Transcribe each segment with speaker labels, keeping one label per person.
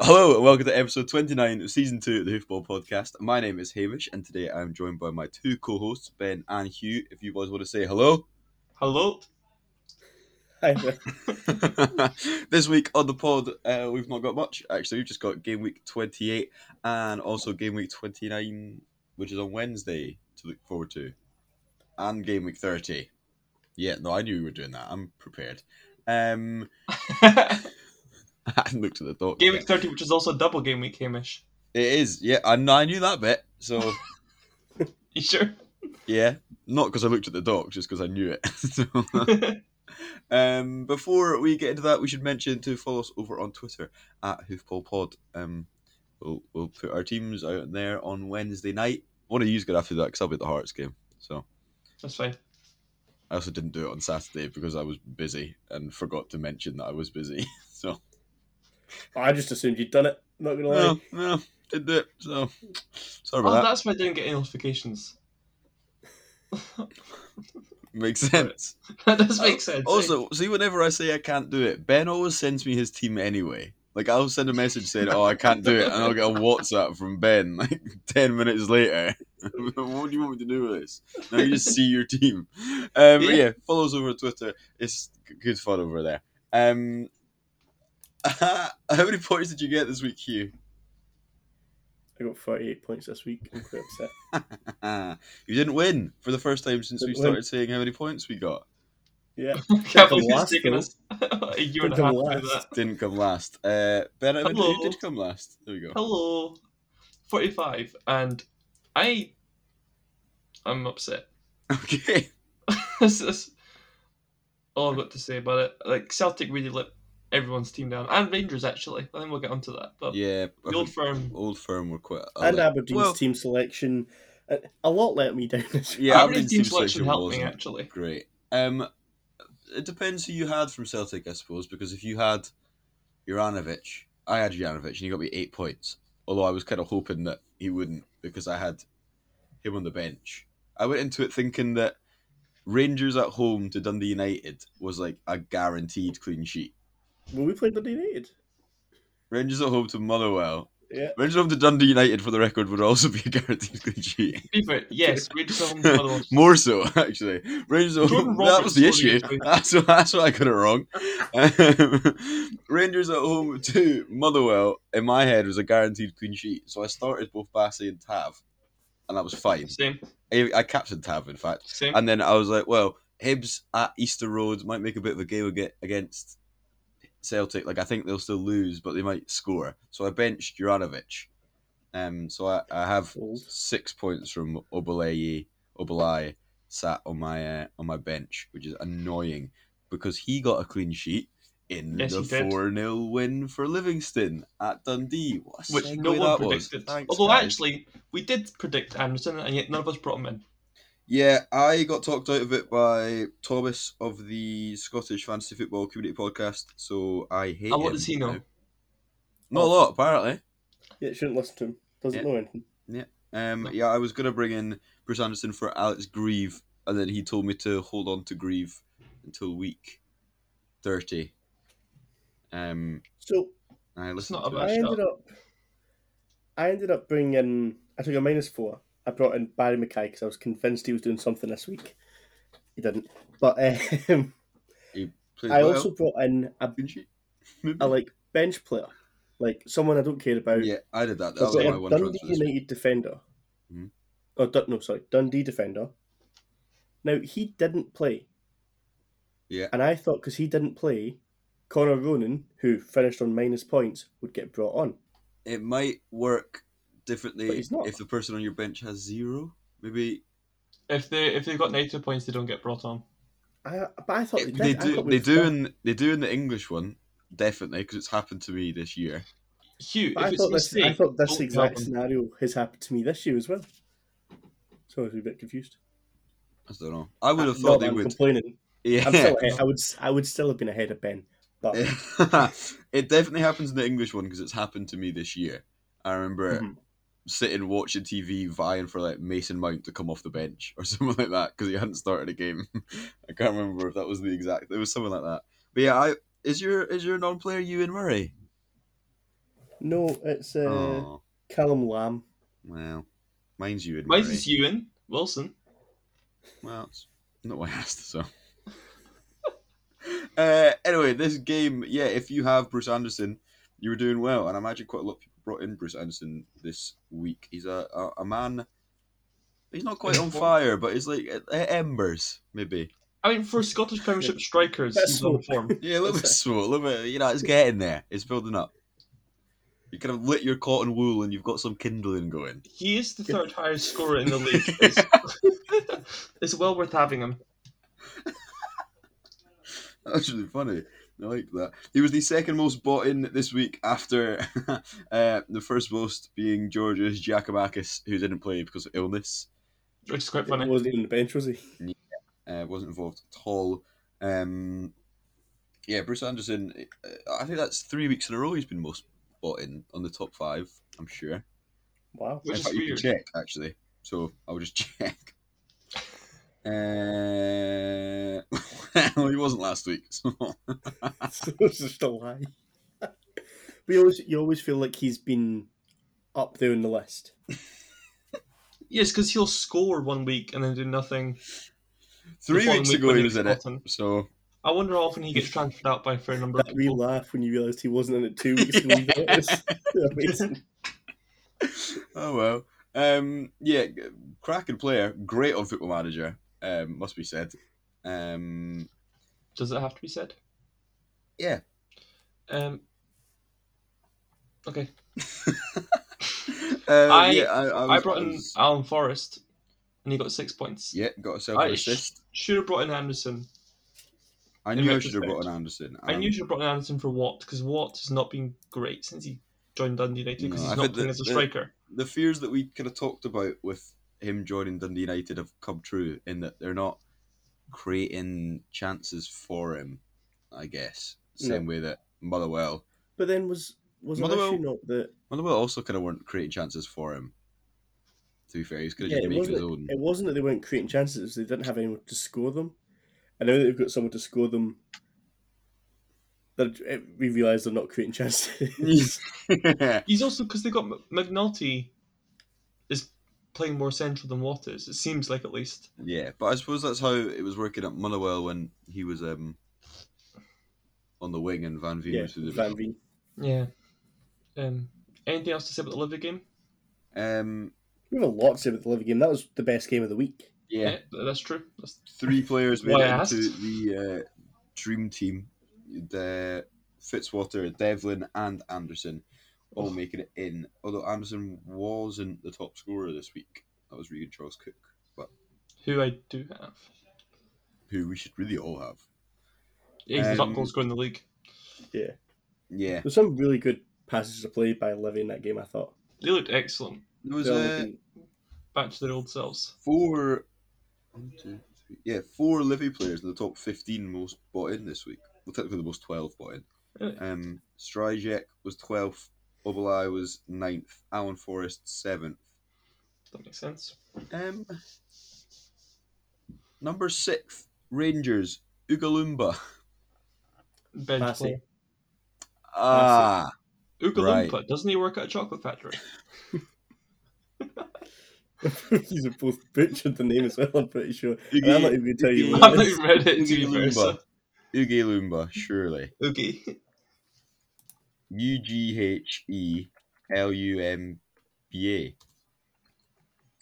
Speaker 1: Hello, and welcome to episode 29 of season 2 of the Hoofball Podcast. My name is Hamish, and today I'm joined by my two co hosts, Ben and Hugh. If you boys want to say hello.
Speaker 2: Hello.
Speaker 1: this week on the pod, uh, we've not got much. Actually, we've just got game week 28 and also game week 29, which is on Wednesday to look forward to, and game week 30. Yeah, no, I knew we were doing that. I'm prepared. Um, I hadn't looked at the thought.
Speaker 2: game week 30, which is also a double game week, Hamish.
Speaker 1: It is, yeah. I, kn- I knew that bit. So,
Speaker 2: You sure?
Speaker 1: yeah. Not because I looked at the docs, just because I knew it. so, um, before we get into that, we should mention to follow us over on Twitter at HoofballPod. Um, we'll, we'll put our teams out there on Wednesday night. One of you's going to have to do that because I'll be at the Hearts game. So,
Speaker 2: That's fine.
Speaker 1: I also didn't do it on Saturday because I was busy and forgot to mention that I was busy. so,
Speaker 3: I just assumed you'd done it. Not gonna lie.
Speaker 1: no, no, didn't do it. So, sorry
Speaker 2: Oh,
Speaker 1: about that.
Speaker 2: that's why I didn't get any notifications.
Speaker 1: Makes sense.
Speaker 2: that does
Speaker 1: Uh,
Speaker 2: make sense.
Speaker 1: Also, see, whenever I say I can't do it, Ben always sends me his team anyway. Like I'll send a message saying, "Oh, I can't do it," and I'll get a WhatsApp from Ben like ten minutes later. what do you want me to do with this? Now you just see your team. Um, yeah.
Speaker 2: Yeah.
Speaker 1: yeah, follow us over on Twitter. It's g- good fun over there. Um, how many points did you get this week, Hugh?
Speaker 3: I got 48 points this week. I'm quite upset.
Speaker 1: you didn't win for the first time since we
Speaker 3: Didn't win.
Speaker 1: started saying how many points we got.
Speaker 3: Yeah.
Speaker 2: I can't
Speaker 3: the
Speaker 2: believe it's
Speaker 3: last,
Speaker 2: taken
Speaker 3: though.
Speaker 2: us a year and a
Speaker 3: The
Speaker 2: half to do
Speaker 3: last.
Speaker 2: that.
Speaker 1: Didn't come last. Uh, ben, how many did- who
Speaker 2: Hello.
Speaker 1: did come last? There we go.
Speaker 2: Hello. 45. And I. I'm upset.
Speaker 1: Okay.
Speaker 2: this is all I've got to say about it. Like, Celtic really let everyone's team down. And Rangers, actually. I think we'll get onto that. But
Speaker 1: Yeah, I
Speaker 2: the old
Speaker 1: think
Speaker 2: firm.
Speaker 1: old firm were quite. I
Speaker 3: and uh,
Speaker 1: like-
Speaker 3: Aberdeen's
Speaker 1: well,
Speaker 3: team selection, a- a lot let me down this week.
Speaker 1: Yeah,
Speaker 2: Aberdeen's team selection helped me,
Speaker 1: wasn't
Speaker 2: actually.
Speaker 1: great. Um, it depends who you had from Celtic, I suppose, because if you had Juranovic, I had Juranovic, and he got me eight points. Although I was kind of hoping that he wouldn't, because I had him on the bench. I went into it thinking that Rangers at home to Dundee United was like a guaranteed clean sheet.
Speaker 3: Well, we played Dundee United.
Speaker 1: Rangers at home to Motherwell.
Speaker 3: Yeah.
Speaker 1: Rangers at home to Dundee United, for the record, would also be a guaranteed clean sheet.
Speaker 2: To be fair, yes, Rangers are home to Motherwell.
Speaker 1: More so, actually. Rangers. at
Speaker 2: Jordan
Speaker 1: home- that was the
Speaker 2: Roberts scored
Speaker 1: issue.
Speaker 2: against Rangers.
Speaker 1: That's, that's why I got it wrong. Um, Rangers at home to Motherwell, in my head, was a guaranteed clean sheet. So I started both Bassey and Tav, and that was fine.
Speaker 2: Same,
Speaker 1: I, I captained Tav, in fact.
Speaker 2: same.
Speaker 1: And then I was like, well, Hibs at Easter Road might make a bit of a game aga- against Celtic. Like, I think they'll still lose, but they might score. So I benched Juranovic. Um, so I, I have
Speaker 3: Balls.
Speaker 1: six points from Obalaye Obalai sat on my uh, on my bench, which is annoying because he got a clean sheet in
Speaker 2: Yes,
Speaker 1: the
Speaker 2: he did.
Speaker 1: four 0 win for Livingston at Dundee. What a
Speaker 2: which
Speaker 1: segue
Speaker 2: no one
Speaker 1: that was.
Speaker 2: predicted.
Speaker 1: Thanks,
Speaker 2: Although
Speaker 1: guys.
Speaker 2: actually, we did predict Anderson, and yet none of us brought him in.
Speaker 1: yeah, I got talked out of it by Thomas of the Scottish Fantasy Football Community Podcast. So I hate.
Speaker 2: And what
Speaker 1: him
Speaker 2: does he know?
Speaker 1: now. Not a lot, apparently.
Speaker 3: Yeah, shouldn't listen to him. Doesn't
Speaker 1: Yeah.
Speaker 3: know anything.
Speaker 1: Um, yeah, I was gonna bring in Bruce Anderson for Alex Grieve, and then he told me to hold on to Grieve until week thirty. Um,
Speaker 3: So
Speaker 1: I listened
Speaker 2: not
Speaker 1: to
Speaker 2: a
Speaker 1: it.
Speaker 3: I
Speaker 2: Smash
Speaker 3: ended up, I ended up bringing in. I took a minus four. I brought in Barry Mackay because I was convinced he was doing something this week. He didn't, but um,
Speaker 1: Played
Speaker 3: I
Speaker 1: well,
Speaker 3: also brought in a,
Speaker 1: didn't she? Maybe.
Speaker 3: a like bench player, like someone I don't care about.
Speaker 1: yeah, I did that. That
Speaker 3: Because
Speaker 1: was
Speaker 3: they
Speaker 1: my
Speaker 3: had
Speaker 1: one
Speaker 3: Dundee
Speaker 1: transfer. this week.
Speaker 3: United defender.
Speaker 1: Mhm.
Speaker 3: Oh, Dun- no, sorry, Dundee defender. Now he didn't play.
Speaker 1: Yeah.
Speaker 3: And I thought because he didn't play, Conor Ronan, who finished on minus points, would get brought on.
Speaker 1: It might work
Speaker 3: But
Speaker 1: differently
Speaker 3: he's not.
Speaker 1: if the person on your bench has zero. Maybe
Speaker 2: If they if they've got negative points, they don't get brought on.
Speaker 3: I but I thought
Speaker 1: it-
Speaker 3: they did.
Speaker 1: they
Speaker 3: I
Speaker 1: do.
Speaker 3: thought
Speaker 1: They
Speaker 3: we-
Speaker 1: do in they do in the English one definitely because it's happened to me this year.
Speaker 2: Hugh,
Speaker 3: But
Speaker 2: if it's
Speaker 3: I
Speaker 2: a
Speaker 3: thought this. I
Speaker 2: mistake, oh,
Speaker 3: thought this
Speaker 2: don't
Speaker 3: exact
Speaker 2: help him.
Speaker 3: scenario has happened to me this year as well. So I was a bit confused.
Speaker 1: I don't know. I would have thought
Speaker 3: Not that
Speaker 1: they
Speaker 3: I'm
Speaker 1: would.
Speaker 3: complaining.
Speaker 1: Yeah.
Speaker 3: I'm still ahead. I would. I would still have been ahead of Ben. But
Speaker 1: it definitely happens in the English one because it's happened to me this year. I remember
Speaker 3: Mhm.
Speaker 1: sitting watching TV, vying for like Mason Mount to come off the bench or something like that because he hadn't started a game. I can't remember if that was the exact. It was something like that. But yeah, I is your is your non-player Ewan Murray?
Speaker 3: No, it's uh,
Speaker 1: oh,
Speaker 3: Callum Lamb.
Speaker 1: well, mine's you and
Speaker 2: Mine's
Speaker 1: Murray.
Speaker 2: is Ewan Wilson.
Speaker 1: Well, it's not what I asked, so. uh, anyway, this game, yeah, if you have Bruce Anderson, you were doing well, and I imagine quite a lot of people brought in Bruce Anderson this week. He's a a, a man. He's not quite on fire, but he's like uh, embers, maybe.
Speaker 2: I mean, for Scottish Premiership strikers,
Speaker 3: That's
Speaker 2: he's on
Speaker 3: so-
Speaker 2: form.
Speaker 1: Yeah, a little bit small, a little bit. You know, it's getting there. It's building up. You kind of lit your cotton wool, and you've got some kindling going.
Speaker 2: He is the third highest scorer in the league. It's, it's well worth having him.
Speaker 1: That's really funny. I like that. He was the second most bought in this week after uh, the first most being George's Giacomakis, who didn't play because of illness,
Speaker 2: Which is quite
Speaker 3: He
Speaker 2: funny.
Speaker 3: wasn't even on the bench, was he?
Speaker 1: uh, wasn't involved at all. Um, yeah, Bruce Anderson, uh, I think that's three weeks in a row he's been most bought in on the top five, I'm sure.
Speaker 3: Wow.
Speaker 2: Which
Speaker 1: in
Speaker 2: is
Speaker 1: fact, you
Speaker 2: weird.
Speaker 1: can check, actually. So I'll just check. Uh, well, he wasn't last week, so
Speaker 3: it's just a lie. but you always, you always feel like he's been up there on the list.
Speaker 2: Yes, because he'll score one week and then do nothing. the
Speaker 1: three
Speaker 2: following
Speaker 1: weeks
Speaker 2: week
Speaker 1: ago
Speaker 2: when
Speaker 1: he was in it.
Speaker 2: brought in.
Speaker 1: So
Speaker 2: I wonder how often he gets transferred out by a fair number of
Speaker 3: That wee
Speaker 2: people.
Speaker 3: laugh when you realised he wasn't in it two weeks ago. It was amazing.
Speaker 1: oh well. Um, yeah, g- cracking player, great on Football Manager. Um, must be said. Um,
Speaker 2: Does it have to be said?
Speaker 1: Yeah.
Speaker 2: Um. Okay.
Speaker 1: uh,
Speaker 2: I-
Speaker 1: yeah, I, I,
Speaker 2: I
Speaker 1: was-
Speaker 2: brought
Speaker 1: I
Speaker 2: in
Speaker 1: was-
Speaker 2: Alan Forrest, and he got six points.
Speaker 1: Yeah, got herself
Speaker 2: I
Speaker 1: an
Speaker 2: sh-
Speaker 1: assist.
Speaker 2: Should have brought in Anderson.
Speaker 1: I
Speaker 2: in
Speaker 1: knew I should have
Speaker 2: retrospect,
Speaker 1: brought in Anderson.
Speaker 2: I
Speaker 1: Um,
Speaker 2: knew you should have brought in Anderson for Watt because Watt has not been great since he joined Dundee United because
Speaker 1: No,
Speaker 2: he's
Speaker 1: I
Speaker 2: not
Speaker 1: think
Speaker 2: playing
Speaker 1: that-
Speaker 2: as a
Speaker 1: that-
Speaker 2: striker.
Speaker 1: the fears that we kind of talked about with him joining Dundee United have come true in that they're not creating chances for him. I guess
Speaker 3: No.
Speaker 1: same way that Motherwell
Speaker 3: But then was was an
Speaker 1: Motherwell-
Speaker 3: issue not that
Speaker 1: Motherwell also kind of weren't creating chances for him. To be fair, he's going to
Speaker 3: Yeah,
Speaker 1: just
Speaker 3: it
Speaker 1: make his
Speaker 3: wasn't-
Speaker 1: own.
Speaker 3: it wasn't that they weren't creating chances; it was they didn't have anyone to score them. And now that they've got someone to score them, that it- we realise they're not creating chances.
Speaker 2: He's also because they got M- McNulty is playing more central than Watt is. It seems like at least.
Speaker 1: yeah, but I suppose that's how it was working at Motherwell when he was um on the wing and Van Veen
Speaker 3: yeah,
Speaker 1: was through the
Speaker 3: Van
Speaker 1: middle.
Speaker 3: Veen.
Speaker 2: Yeah. Um. Anything else to say about the Livy game?
Speaker 1: Um,
Speaker 3: We have a lot to say about the Liverpool game. That was the best game of the week.
Speaker 1: yeah,
Speaker 2: th- that's true. That's
Speaker 1: three players made
Speaker 2: Why
Speaker 1: it
Speaker 2: I asked.
Speaker 1: into the uh, dream team. The Fitzwater, Devlin, and Anderson all making it in. Although Anderson wasn't the top scorer this week. That was Regan Charles Cook, but
Speaker 2: who I do have.
Speaker 1: who we should really all have.
Speaker 2: Yeah, he's the
Speaker 1: Um,
Speaker 2: top goal scorer in the league.
Speaker 3: Yeah,
Speaker 1: Yeah,
Speaker 3: there's some really good passes of play by Livy in that game. I thought.
Speaker 2: They looked excellent.
Speaker 1: there was
Speaker 3: They're
Speaker 1: uh,
Speaker 3: looking-
Speaker 2: Back to their old selves.
Speaker 1: four, one, two, three, yeah, four Livy players in the top fifteen most bought in this week. Well, technically the most twelve bought in.
Speaker 2: Really?
Speaker 1: Um, Strijek was twelfth, Obelai was ninth, Alan Forrest seventh.
Speaker 2: That makes sense.
Speaker 1: Um, number six, Rangers Ugalumba.
Speaker 2: Bench
Speaker 3: Classy.
Speaker 2: player.
Speaker 1: Ah,
Speaker 2: Oogalumpa, doesn't he work at a chocolate factory?
Speaker 3: These are both butchered the name as well. I'm pretty sure. And I'm not even going to tell you.
Speaker 1: Yes.
Speaker 2: I've
Speaker 3: What
Speaker 2: not
Speaker 3: it is.
Speaker 2: even read it to you first.
Speaker 1: Ugalumba. Ugalumba, surely.
Speaker 2: Oogie.
Speaker 1: U G H E L U M B A.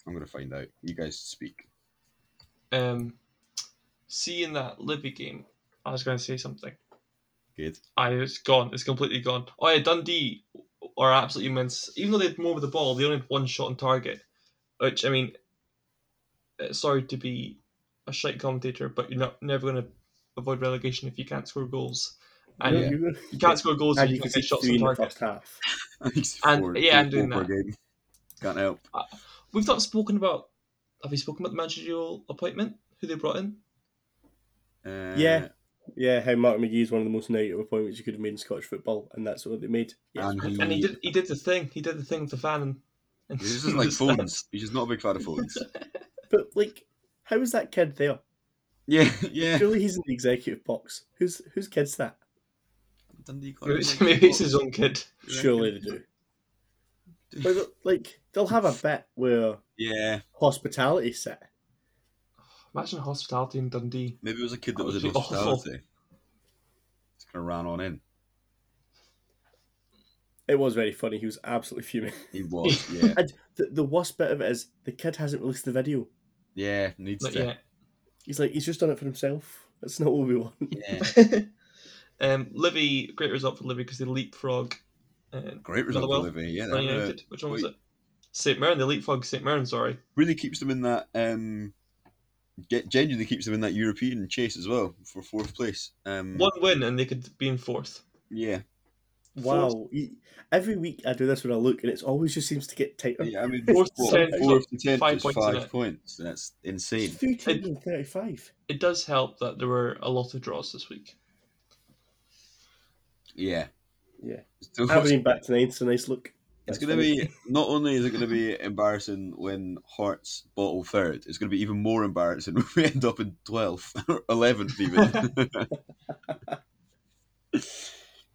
Speaker 1: I'm gonna find out. You guys speak.
Speaker 2: Um, seeing that Livy game, I was going to say something.
Speaker 1: Good.
Speaker 2: I it's gone. It's completely gone. Oh yeah, Dundee are absolutely immense. Even though they had more of the ball, they only had one shot on target. Which I mean, uh, sorry to be a shite commentator, but you're not never going to avoid relegation if you can't score goals. And
Speaker 1: Yeah.
Speaker 3: You were-
Speaker 2: you can't score goals if
Speaker 3: And
Speaker 2: you
Speaker 3: you can
Speaker 2: can't
Speaker 3: see
Speaker 2: get shots
Speaker 3: three
Speaker 2: on
Speaker 3: in the
Speaker 2: target.
Speaker 3: first half.
Speaker 1: It's
Speaker 2: And-
Speaker 1: four-
Speaker 2: yeah,
Speaker 1: four
Speaker 2: I'm doing
Speaker 1: per
Speaker 2: that.
Speaker 1: game. Can't help.
Speaker 2: We've not spoken about. Have we spoken about the managerial appointment? Who they brought in?
Speaker 1: Uh,
Speaker 3: Yeah. Yeah, how Martin McGee is one of the most negative appointments you could have made in Scottish football, and that's what they made. Yeah,
Speaker 1: And he,
Speaker 2: And he did. He did the thing. He did the thing with the fan. And, and
Speaker 1: This isn't like phones. He's just not a big fan of phones.
Speaker 3: But like, how is that kid there?
Speaker 1: yeah, yeah.
Speaker 3: Surely he's in the executive box. Who's whose kid's that?
Speaker 1: Dundee got
Speaker 2: Maybe
Speaker 1: it,
Speaker 2: it's,
Speaker 1: like,
Speaker 2: maybe it's
Speaker 1: what?
Speaker 2: his own kid.
Speaker 1: You reckon?
Speaker 3: Surely they do. But, like they'll have a bet where
Speaker 1: Yeah,
Speaker 3: hospitality set.
Speaker 2: Imagine hospitality in Dundee.
Speaker 1: maybe it was a kid that
Speaker 2: That
Speaker 1: was
Speaker 2: would
Speaker 1: in
Speaker 2: be awful.
Speaker 1: hospitality. Just kind of ran on in.
Speaker 3: It was very funny. He was absolutely fuming.
Speaker 1: He was, yeah,
Speaker 3: The, the worst bit of it is the kid hasn't released the video.
Speaker 1: yeah, needs
Speaker 2: Not
Speaker 1: to.
Speaker 2: yet.
Speaker 3: He's like, he's just done it for himself. That's not what we want.
Speaker 1: Yeah,
Speaker 2: um, Livy, great result for Livy because they leapfrog. Uh,
Speaker 1: great result,
Speaker 2: Motherwell,
Speaker 1: Olivia. Yeah,
Speaker 2: Man
Speaker 1: that, uh,
Speaker 2: United. Which one was
Speaker 1: wait.
Speaker 2: it? St. Mirren. They leapfrog St. Mirren. Sorry.
Speaker 1: really keeps them in that. Um, ge- genuinely keeps them in that European chase as well for fourth place. Um,
Speaker 2: One win and they could be in fourth.
Speaker 1: Yeah,
Speaker 3: Wow. You- Every week I do this when I look, and it always just seems to get tighter.
Speaker 1: yeah. I mean,
Speaker 2: Fourth
Speaker 1: what,
Speaker 2: to tenth,
Speaker 1: fourth to tenth
Speaker 2: five
Speaker 1: is
Speaker 2: points, isn't
Speaker 1: five
Speaker 2: it?
Speaker 1: points. That's
Speaker 3: It's
Speaker 1: insane.
Speaker 3: 335.
Speaker 2: It does help that there were a lot of draws this week.
Speaker 1: Yeah,
Speaker 3: Yeah.
Speaker 1: Still-
Speaker 3: Aberdeen back to ninth, so nice look.
Speaker 1: It's
Speaker 3: That's
Speaker 1: going to
Speaker 3: funny.
Speaker 1: be not only is it going to be embarrassing when Hearts bottle third, it's going to be even more embarrassing when we end up in twelfth or eleventh even.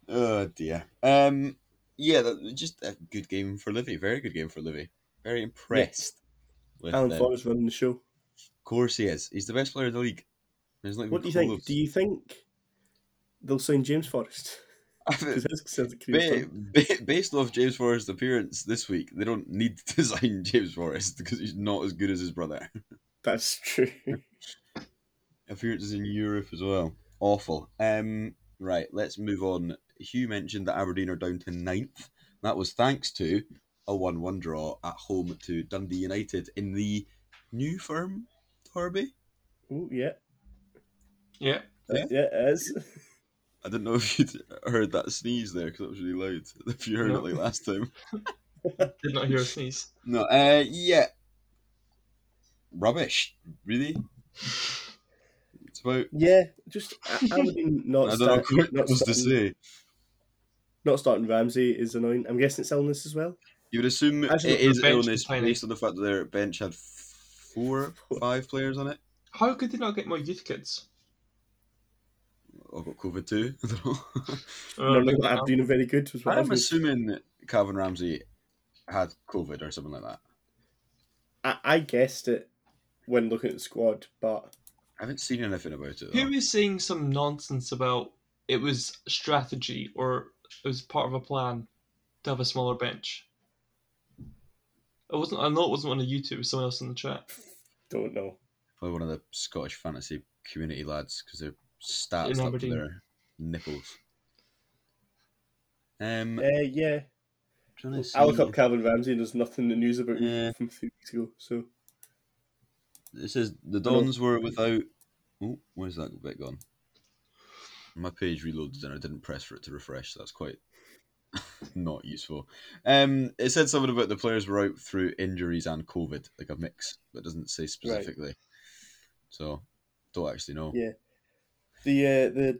Speaker 1: oh dear. Um, yeah, that, just a good game for Livy. Very good game for Livy. Very impressed. With
Speaker 3: Alan
Speaker 1: them.
Speaker 3: Forrest running the show.
Speaker 1: Of course he is. He's the best player in the league. There's not even
Speaker 3: What do you think?
Speaker 1: close.
Speaker 3: Do you think they'll sign James Forrest?
Speaker 1: I think-
Speaker 3: 'Cause his sounds like career
Speaker 1: Ba-
Speaker 3: fun.
Speaker 1: ba- based off James Forrest's appearance this week, they don't need to sign James Forrest because he's not as good as his brother.
Speaker 3: That's true.
Speaker 1: Appearances in Europe as well. Awful. Um, right, let's move on. Hugh mentioned that Aberdeen are down to ninth. That was thanks to a 1 1 draw at home to Dundee United in the new firm, Derby.
Speaker 3: Ooh, yeah.
Speaker 2: Yeah.
Speaker 1: Yeah?
Speaker 3: Yeah, it is.
Speaker 1: I didn't know if you'd heard that sneeze there because that was really loud. If you heard
Speaker 2: No.
Speaker 1: it like last time.
Speaker 2: Did not hear a sneeze.
Speaker 1: No, uh, yeah, rubbish. Really, it's about.
Speaker 3: Yeah, just A- Aberdeen not,
Speaker 1: I don't know
Speaker 3: start,
Speaker 1: what
Speaker 3: not,
Speaker 1: else to
Speaker 3: starting,
Speaker 1: say.
Speaker 3: not starting Ramsey is annoying. I'm guessing it's illness as well.
Speaker 1: You would assume
Speaker 3: Actually,
Speaker 1: it is
Speaker 2: the bench
Speaker 1: illness
Speaker 2: is tiny.
Speaker 1: based on the fact that their bench had four, five players on it.
Speaker 2: How could they not get more youth kids?
Speaker 1: I've got COVID too. I don't know.
Speaker 2: Uh,
Speaker 3: None of Aberdeen are very good. Was what I
Speaker 1: I'm
Speaker 3: was
Speaker 1: assuming that Calvin Ramsey had COVID or something like that.
Speaker 3: I, I guessed it when looking at the squad, but
Speaker 1: I haven't seen anything about it.
Speaker 2: Who
Speaker 1: Though.
Speaker 2: was saying some nonsense about it was strategy or it was part of a plan to have a smaller bench? It wasn't. I know it wasn't on the YouTube. It was someone else in the chat.
Speaker 3: don't know.
Speaker 1: Probably one of the Scottish fantasy community lads because they're stats
Speaker 2: In
Speaker 1: up to
Speaker 2: Aberdeen.
Speaker 1: their nipples. Um,
Speaker 3: Uh, yeah,
Speaker 1: trying to
Speaker 3: I look
Speaker 1: see-
Speaker 3: up Calvin Ramsey and there's nothing in the news about him
Speaker 1: Yeah.
Speaker 3: from three weeks ago. So
Speaker 1: It says the
Speaker 3: Hello.
Speaker 1: Dons were without. Oh, where's that bit gone? My page reloaded and I didn't press for it to refresh. That's quite not useful. Um, it said something about the players were out through injuries and COVID, like a mix, but it doesn't say specifically. So, don't actually know.
Speaker 3: Yeah. the uh, the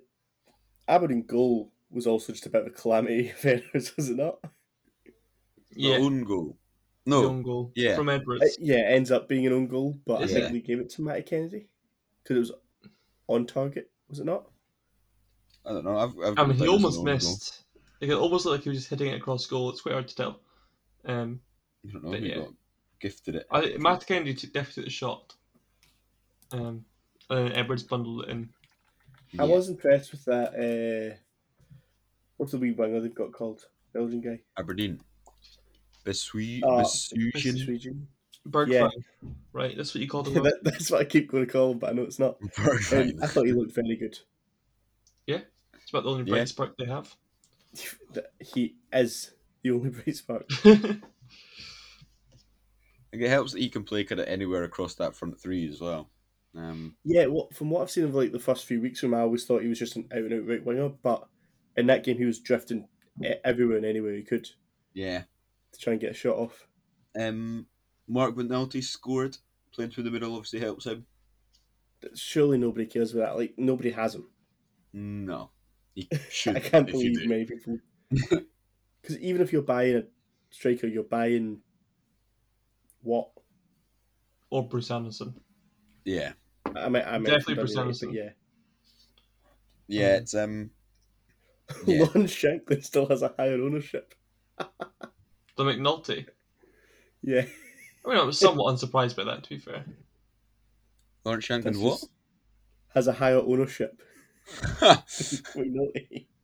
Speaker 3: Aberdeen goal was also just a bit of a calamity of errors, was it not?
Speaker 1: The
Speaker 2: Yeah,
Speaker 1: own goal. No,
Speaker 2: own goal.
Speaker 1: Oh, yeah.
Speaker 2: Oh, from
Speaker 3: It,
Speaker 2: Edwards.
Speaker 3: yeah, it ends up being an own goal, but I
Speaker 2: Is
Speaker 3: think
Speaker 1: it?
Speaker 3: we gave it to Matty Kennedy because it was on target, was it not?
Speaker 1: I don't know. I've, I've
Speaker 2: I
Speaker 1: got
Speaker 2: mean,
Speaker 1: it as
Speaker 2: he
Speaker 1: an
Speaker 2: almost
Speaker 1: own goal.
Speaker 2: missed. Like, it almost looked like he was just hitting it across goal. It's quite hard to tell. Um,
Speaker 1: I don't know.
Speaker 2: but
Speaker 1: He
Speaker 2: yeah.
Speaker 1: got gifted it.
Speaker 2: I Matt Kennedy took, definitely took the shot. Um, and then Edwards bundled it in.
Speaker 1: Yeah.
Speaker 3: I was impressed with that. Uh, what's the wee winger they've got called? Belgian guy.
Speaker 1: Aberdeen. Besui,
Speaker 3: Ah,
Speaker 1: Besuian,
Speaker 3: Sweden.
Speaker 2: Bergwijn,
Speaker 3: Yeah.
Speaker 2: right? That's what you called him. wasn't it?
Speaker 3: That- that's what I keep going to call him, but I know it's not. Um, I thought he looked very good.
Speaker 2: It's about the only
Speaker 1: Yeah.
Speaker 2: bright spark they have.
Speaker 3: That- He is the only bright spark.
Speaker 1: Like, it helps that he can play kind of anywhere across that front three as well. Um,
Speaker 3: Yeah, what from what I've seen of like the first few weeks from him, I always thought he was just an out and out right winger, but in that game he was drifting e- everywhere and anywhere he could
Speaker 1: yeah.
Speaker 3: to try and get a shot off.
Speaker 1: Um, Mark McNulty scored. Playing through the middle obviously helps him.
Speaker 3: Surely nobody cares about that. Like nobody has him.
Speaker 1: No, he should.
Speaker 3: I can't
Speaker 1: if you
Speaker 3: believe
Speaker 1: do.
Speaker 3: many people. Because even if you're buying a striker, you're buying what?
Speaker 2: or Bruce Anderson.
Speaker 1: Yeah,
Speaker 3: I mean, I mean,
Speaker 2: Definitely Bruce Anderson.
Speaker 3: Yeah,
Speaker 1: yeah. It's um, Yeah.
Speaker 3: Lon Shanklin still has a higher ownership.
Speaker 2: the McNulty.
Speaker 3: Yeah.
Speaker 2: I mean, I was somewhat unsurprised by that, to be fair.
Speaker 1: Lawrence Shanklin,
Speaker 3: That's
Speaker 1: what?
Speaker 3: just- Has a higher ownership. We know it.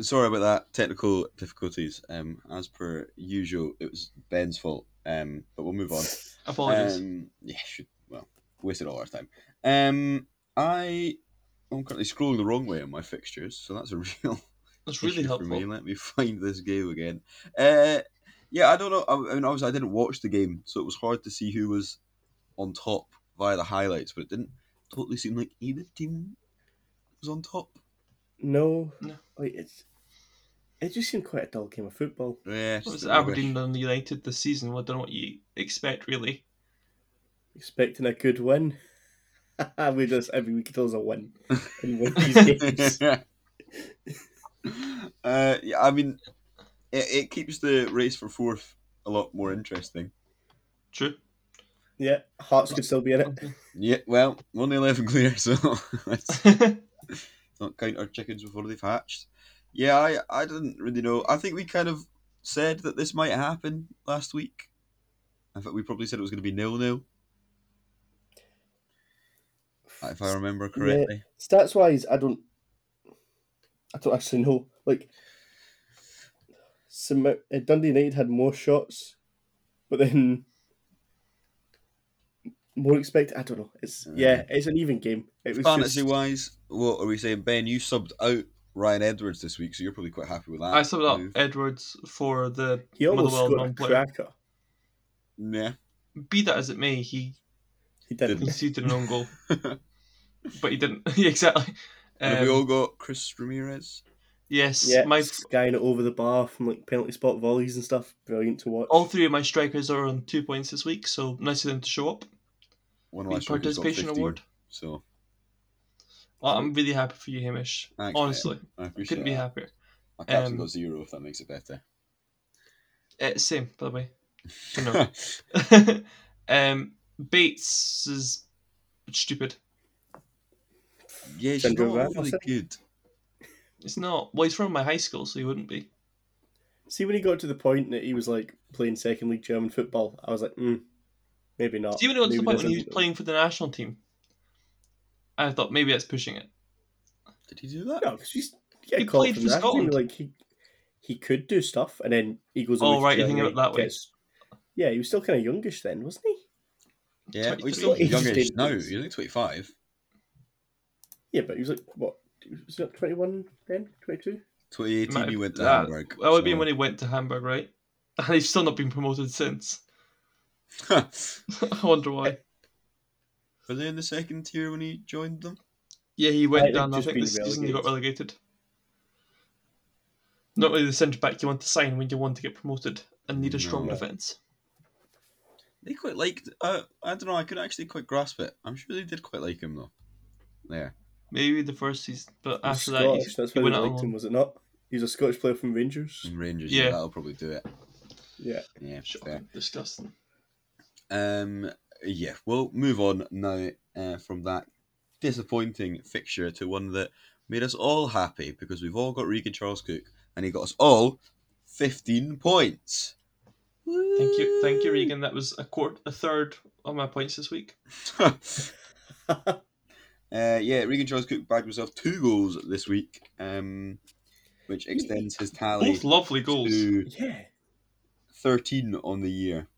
Speaker 1: Sorry about that technical difficulties. Um, as per usual, it was Ben's fault. Um, but we'll move on.
Speaker 2: Apologies.
Speaker 1: Um, yeah, should, well, wasted all our time. Um, I I'm currently scrolling the wrong way on my fixtures, so that's a real
Speaker 2: That's really
Speaker 1: issue for
Speaker 2: helpful.
Speaker 1: me. Let me find this game again. Uh, yeah, I don't know. I, I mean, obviously, I didn't watch the game, so it was hard to see who was on top via the highlights, but it didn't totally seem like either team was on top.
Speaker 3: No.
Speaker 2: No.
Speaker 3: Like it's it just seemed quite a dull game of football.
Speaker 1: Yeah,
Speaker 2: What
Speaker 1: just
Speaker 2: was
Speaker 1: a bit rubbish.
Speaker 2: Aberdeen and United this season? Well, I don't know what you expect, really.
Speaker 3: Expecting a good win. we just every week it was a win and win these games.
Speaker 1: uh, yeah, I mean, it, it keeps the race for fourth a lot more interesting.
Speaker 2: True.
Speaker 3: Yeah, Hearts could still be in it.
Speaker 1: Yeah, well, we're only 11 clear, so let's
Speaker 2: That's
Speaker 1: not count our chickens before they've hatched. Yeah, I, I didn't really know. I think we kind of said that this might happen last week. I think we probably said it was going to be nil nil, if I remember correctly.
Speaker 3: Stats wise, I don't, I don't actually know. Like, some, uh, Dundee United had more shots, but then more expected. I don't know. It's
Speaker 2: Mm.
Speaker 3: yeah, it's an even game. It was
Speaker 1: Fantasy
Speaker 3: just,
Speaker 1: wise, what are we saying? Ben, you subbed out Ryan Edwards this week, so you're probably quite happy with that.
Speaker 2: I summed up
Speaker 1: move.
Speaker 2: Edwards for the
Speaker 3: he almost
Speaker 2: Motherwell
Speaker 3: scored a
Speaker 2: non-player.
Speaker 3: cracker.
Speaker 1: Yeah.
Speaker 2: Be that as it may, he
Speaker 3: He didn't.
Speaker 1: Didn't.
Speaker 2: conceded an own goal, but he didn't. Yeah, exactly.
Speaker 1: And have we
Speaker 2: Um,
Speaker 1: all got Chris Ramirez?
Speaker 2: yes,
Speaker 3: Yeah,
Speaker 2: my
Speaker 3: skying it over the bar from like penalty spot volleys and stuff. Brilliant to watch.
Speaker 2: all three of my strikers are on two points this week, so nice of them to show up.
Speaker 1: One of my
Speaker 2: Big
Speaker 1: strikers got
Speaker 2: participation
Speaker 1: 15,
Speaker 2: award.
Speaker 1: So
Speaker 2: Well, I'm really happy for you, Hamish.
Speaker 1: Thanks, mate.
Speaker 2: Honestly,
Speaker 1: I appreciate
Speaker 2: couldn't be
Speaker 1: that.
Speaker 2: happier.
Speaker 1: My captain
Speaker 2: um,
Speaker 1: got zero, if that makes it better.
Speaker 2: Uh, same, by the way. No. um, Bates is stupid.
Speaker 1: yeah, he's
Speaker 3: Sandro
Speaker 1: not really
Speaker 3: Ramos, eh?
Speaker 1: good.
Speaker 2: It's not. Well, he's from my high school, so he wouldn't be.
Speaker 3: See when he got to the point that he was like playing second league German football, I was like, mm, maybe not.
Speaker 2: See, when he got to the
Speaker 3: Oh, Maybe
Speaker 2: point
Speaker 3: this
Speaker 2: when he was
Speaker 3: isn't-
Speaker 2: playing for the national team, I thought maybe that's pushing it.
Speaker 1: Did he do that?
Speaker 3: No, because he's get
Speaker 2: He
Speaker 3: called
Speaker 2: played
Speaker 3: from
Speaker 2: for
Speaker 3: that, didn't he?
Speaker 2: Scotland.
Speaker 3: Like he, he could do stuff, and then he goes.
Speaker 2: Oh,
Speaker 3: over to
Speaker 2: right, you think
Speaker 3: Germany,
Speaker 2: of it that way.
Speaker 3: gets- Yeah, he was still kind of youngish then, wasn't he?
Speaker 1: Yeah, well, he's
Speaker 2: 23.
Speaker 1: still youngish
Speaker 3: He's
Speaker 1: now.
Speaker 3: just-
Speaker 1: He's only 25.
Speaker 3: Yeah, but he was like what? Was he not twenty one then? Twenty two?
Speaker 1: 2018,
Speaker 2: Might-
Speaker 1: he went to
Speaker 2: uh,
Speaker 1: Hamburg.
Speaker 2: That would have
Speaker 1: so-
Speaker 2: been when he went to Hamburg, right? And he's still not been promoted since. I wonder why.
Speaker 1: Were they in the second tier when he joined them?
Speaker 2: Yeah, he
Speaker 3: I
Speaker 2: went
Speaker 3: think
Speaker 2: down. I
Speaker 3: just
Speaker 2: think
Speaker 3: been
Speaker 2: this season he got relegated. Not really the centre back you want to sign when you want to get promoted and need a strong
Speaker 1: No.
Speaker 2: defence.
Speaker 1: They quite liked. Uh, I don't know. I could actually quite grasp it. I'm sure they did quite like him though. There.
Speaker 2: Maybe the first season, but
Speaker 3: He was
Speaker 2: after that,
Speaker 3: Scottish.
Speaker 2: he's,
Speaker 3: That's
Speaker 2: he
Speaker 3: why they
Speaker 2: went out
Speaker 3: liked
Speaker 2: on
Speaker 3: him, was it not? He was a Scottish player from Rangers.
Speaker 1: And Rangers. Yeah.
Speaker 2: Yeah.
Speaker 1: that'll probably do it.
Speaker 3: Yeah,
Speaker 1: Yeah. Fair.
Speaker 2: Shocking, disgusting.
Speaker 1: Um. Yeah. We'll move on now uh, from that disappointing fixture to one that made us all happy because we've all got Regan Charles Cook and he got us all 15 points.
Speaker 2: Thank you, thank you, Regan. That was a quarter, a third of my points this week.
Speaker 1: uh, yeah, Regan Charles Cook bagged himself two goals this week, um, which extends his tally
Speaker 2: Both lovely goals.
Speaker 1: to
Speaker 3: yeah,
Speaker 1: 13 on the year.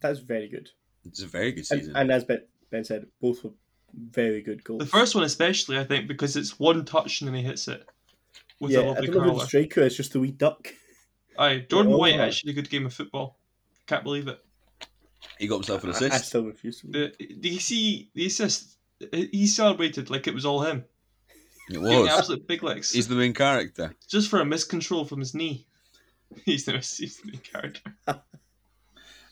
Speaker 3: that's very good.
Speaker 1: It's a very good
Speaker 3: And,
Speaker 1: season.
Speaker 3: and as ben, ben said, both were very good goals.
Speaker 2: The first one, especially, I think, because it's one touch and then he hits it with a
Speaker 3: yeah, I
Speaker 2: lovely
Speaker 3: don't know if
Speaker 2: curler.
Speaker 3: it's Draco, it's just the wee duck.
Speaker 2: Aye, Jordan
Speaker 3: all
Speaker 2: White
Speaker 3: right.
Speaker 2: actually a good game of football. Can't believe it.
Speaker 1: he got himself an
Speaker 3: I, I
Speaker 1: assist.
Speaker 3: still refuse to. believe
Speaker 2: The, do you see the assist? He celebrated like it was all him.
Speaker 1: It
Speaker 2: Doing
Speaker 1: was.
Speaker 2: absolute big legs.
Speaker 1: He's the main character.
Speaker 2: Just for a miscontrol from his knee. He's the most he's the character.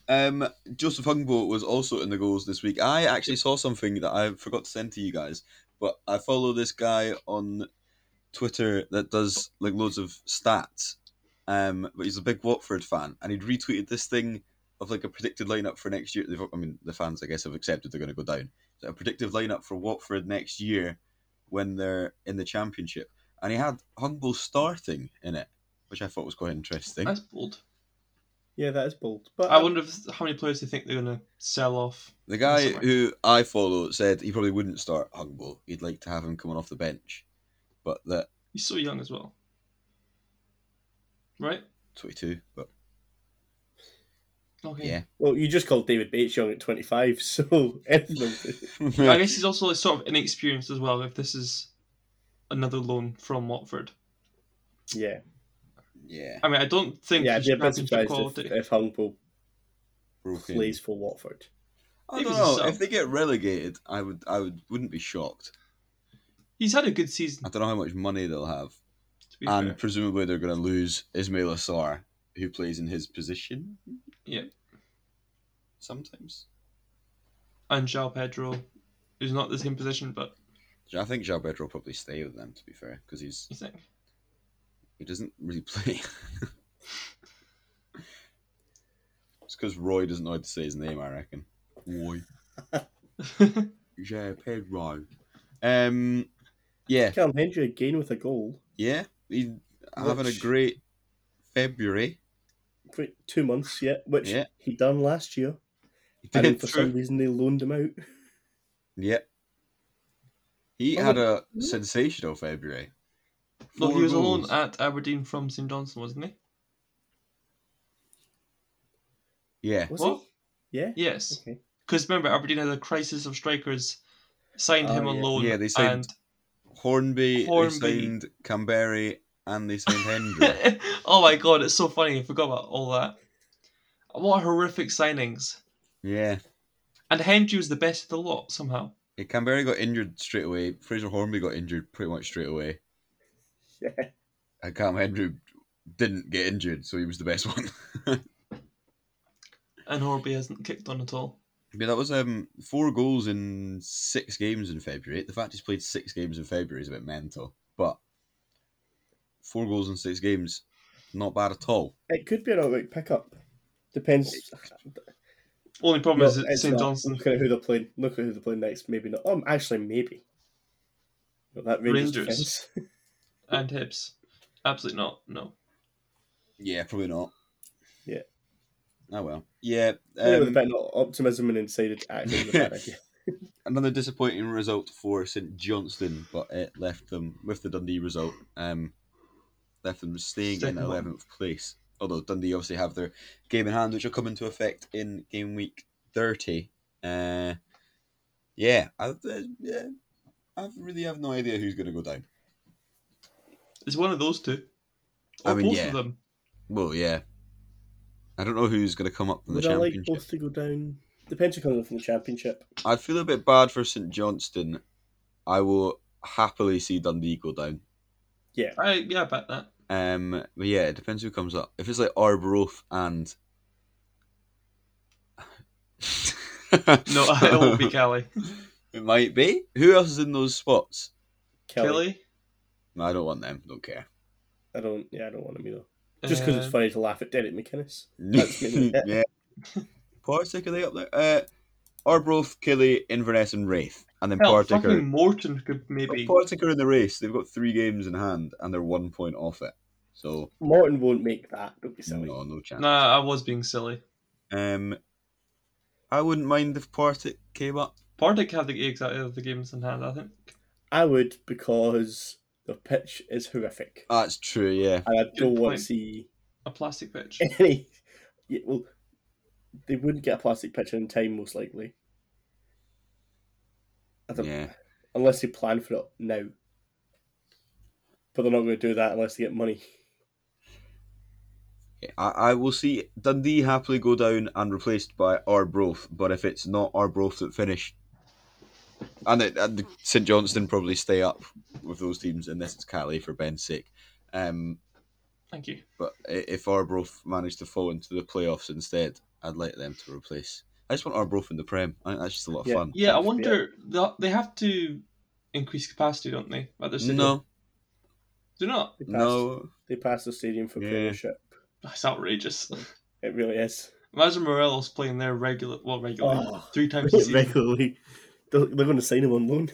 Speaker 1: Um, Joseph Hungbo was also in the goals this week. I actually saw something that I forgot to send to you guys, but I follow this guy on Twitter that does like loads of stats. Um, but he's a big Watford fan, and he'd retweeted this thing of like a predicted lineup for next year. They've, I mean, the fans, I guess, have accepted they're going to go down. So a predictive lineup for Watford next year when they're in the Championship, and he had Hungbo starting in it, which I thought was quite interesting.
Speaker 2: That's bold.
Speaker 3: Yeah, that is bold. But
Speaker 2: I wonder if, how many players they think they're going to sell off.
Speaker 1: The guy
Speaker 2: Somewhere.
Speaker 1: who I follow said he probably wouldn't start Hugbo. He'd like to have him coming off the bench, but that
Speaker 2: He's so young as well. Right?
Speaker 1: 22. But
Speaker 2: Okay.
Speaker 1: Yeah.
Speaker 3: Well, you just called David Bates young at 25, so anything.
Speaker 2: I guess he's also like, sort of inexperienced as well. If this is another loan from Watford,
Speaker 3: yeah.
Speaker 1: yeah,
Speaker 2: I mean, I don't think
Speaker 3: Yeah, I'd
Speaker 2: he's
Speaker 3: be a bit
Speaker 2: championship
Speaker 3: surprised if, uh,
Speaker 2: quality.
Speaker 3: if Hungbo
Speaker 1: broken.
Speaker 3: plays for Watford.
Speaker 1: I
Speaker 2: He
Speaker 1: don't
Speaker 2: was
Speaker 1: know
Speaker 2: a sub.
Speaker 1: if they get relegated. I would, I would, wouldn't be shocked.
Speaker 2: He's had a good season.
Speaker 1: I don't know how much money they'll have,
Speaker 2: To be
Speaker 1: and
Speaker 2: fair,
Speaker 1: presumably they're going to lose Ismail Assar, who plays in his position.
Speaker 2: Yeah.
Speaker 1: sometimes.
Speaker 2: and João Pedro, who's not the same position, but
Speaker 1: I think João Pedro will probably stay with them. To be fair, because he's
Speaker 2: you think
Speaker 1: he doesn't really play. it's because Roy doesn't know how to say his name. I reckon. Roy. Yeah, Pedro. Um, yeah,
Speaker 3: Callum Hendry again with a goal.
Speaker 1: yeah. He's having a
Speaker 3: Which-
Speaker 1: great February.
Speaker 3: Great two months yet, which
Speaker 1: Yeah.
Speaker 3: he done last year.
Speaker 1: He
Speaker 3: And then
Speaker 1: did.
Speaker 3: for some reason they loaned him out.
Speaker 1: Yep. He
Speaker 3: Oh,
Speaker 1: had a sensational February.
Speaker 2: no,
Speaker 1: Four
Speaker 2: he was
Speaker 1: goals.
Speaker 2: alone at Aberdeen from St Johnson, wasn't he?
Speaker 1: Yeah,
Speaker 3: Was
Speaker 2: What?
Speaker 3: he? Yeah.
Speaker 2: Yes,
Speaker 3: Okay.
Speaker 2: because remember Aberdeen had a crisis of strikers, signed him
Speaker 3: Oh,
Speaker 2: on
Speaker 3: yeah.
Speaker 2: loan,
Speaker 1: Yeah, they signed- Hornby,
Speaker 2: Hornby.
Speaker 1: they signed Camberry, and they signed Hendry.
Speaker 2: and oh my god, it's so funny. I forgot about all that. What horrific signings!
Speaker 1: yeah,
Speaker 2: And Hendry was the best of the lot somehow.
Speaker 1: yeah Camberry got injured straight away. Fraser Hornby got injured pretty much straight away.
Speaker 3: Yeah.
Speaker 1: And Cam Hendry didn't get injured, so he was the best one.
Speaker 2: and Horby hasn't kicked on at all.
Speaker 1: But that was um four goals in six games in February. The fact he's played six games in February is a bit mental, but four goals in six games, not bad at all.
Speaker 3: It could be an outright pickup. Depends.
Speaker 2: Only problem
Speaker 3: Well,
Speaker 2: is that
Speaker 3: it's
Speaker 2: St
Speaker 3: not.
Speaker 2: Johnson,
Speaker 3: Look at who they're playing. Look at who they're playing next. Maybe not. Um, actually, maybe. Got that Rangers.
Speaker 2: Rangers.
Speaker 3: defence.
Speaker 2: and Hibbs. Absolutely not. No.
Speaker 1: Yeah, probably not.
Speaker 3: Yeah.
Speaker 1: Oh well. Yeah.
Speaker 3: Maybe with a
Speaker 1: Um,
Speaker 3: bit of optimism and decided actually it was a bad idea.
Speaker 1: another disappointing result for St Johnston, but it left them with the Dundee result. Um, left them staying
Speaker 2: Second
Speaker 1: in
Speaker 2: one.
Speaker 1: eleventh place. Although Dundee obviously have their game in hand, which will come into effect in game week thirty. Uh, yeah, I, uh, yeah, I really have no idea who's going to go down.
Speaker 2: It's one of those two. Or
Speaker 1: I mean,
Speaker 2: both
Speaker 1: yeah.
Speaker 2: of them.
Speaker 1: Well, yeah, I don't know who's going to come up in the
Speaker 3: Would I like
Speaker 1: championship.
Speaker 3: both to go down? Depends who comes up from the championship.
Speaker 1: I feel a bit bad for St Johnston. I will happily see Dundee go down.
Speaker 2: I yeah, I bet that.
Speaker 1: Um, but yeah, it depends who comes up. If it's like Arbroath and
Speaker 2: No, it won't be Kelly.
Speaker 1: It might be. Who else is in those spots?
Speaker 3: Kelly.
Speaker 2: Kelly.
Speaker 1: No, I don't want them. Don't care.
Speaker 3: I don't. Yeah, I don't want him either. Just
Speaker 2: Uh,
Speaker 3: because it's funny to laugh at Derek McInnes. That's me.
Speaker 1: yeah. Partick are they up there? Uh, Arbroath, Killy, Inverness, and Wraith, and then
Speaker 2: Hell,
Speaker 1: Partick
Speaker 2: fucking
Speaker 1: are.
Speaker 2: Morton could maybe.
Speaker 1: Partick are in the race. They've got three games in hand, and they're one point off it. So
Speaker 3: Morton won't make that. Don't be silly.
Speaker 1: no, no chance.
Speaker 2: Nah, I was being silly.
Speaker 1: Um, I wouldn't mind if Partick came up.
Speaker 2: Partick had the exactly the games in hand. I think.
Speaker 3: I would because the pitch is horrific,
Speaker 1: That's true. Yeah.
Speaker 3: and I don't
Speaker 2: Good
Speaker 3: want
Speaker 2: point.
Speaker 3: to see
Speaker 2: A plastic pitch.
Speaker 3: any. Yeah, well, they wouldn't get a plastic pitch in time, most likely. I don't,
Speaker 1: Yeah.
Speaker 3: Unless they plan for it now, but they're not going to do that unless they get money.
Speaker 1: I, I will see Dundee happily go down and replaced by Arbroath, but if it's not Arbroath that finish, and, it, and St Johnston probably stay up with those teams, unless it's Cali for Ben's sake. Um,
Speaker 2: Thank you.
Speaker 1: but i- if Arbroath manage to fall into the playoffs instead, I'd like them to replace. I just want Arbroath in the Prem. I think that's just a lot of
Speaker 3: Yeah.
Speaker 1: fun.
Speaker 2: Yeah, I
Speaker 3: Yeah.
Speaker 2: wonder. they- They have to increase capacity, don't they? At their stadium?
Speaker 1: No,
Speaker 2: do not.
Speaker 3: They passed,
Speaker 1: no.
Speaker 3: they passed the stadium for
Speaker 1: Yeah.
Speaker 3: Premiership.
Speaker 2: That's outrageous.
Speaker 3: It really is.
Speaker 2: Imagine Morelos playing there regular, well, regular,
Speaker 3: Oh.
Speaker 2: three times a season.
Speaker 3: regularly. They're, they're going to sign him on loan.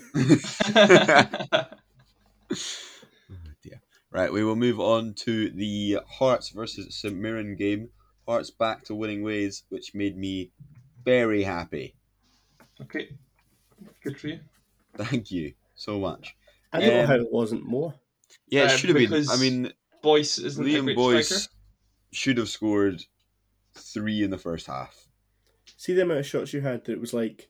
Speaker 1: Right, we will move on to the Hearts versus St Mirren game, Hearts back to winning ways, which made me very happy.
Speaker 2: Okay. Good for you.
Speaker 1: Thank you so much.
Speaker 3: I don't know
Speaker 1: Um,
Speaker 3: how it wasn't more.
Speaker 1: Yeah, it
Speaker 2: Uh,
Speaker 1: should have been.
Speaker 2: because-
Speaker 1: I mean,
Speaker 2: Boyce isn't a
Speaker 1: Liam
Speaker 2: great striker.
Speaker 1: Boyce should have scored three in the first half.
Speaker 3: See the amount of shots you had that it was like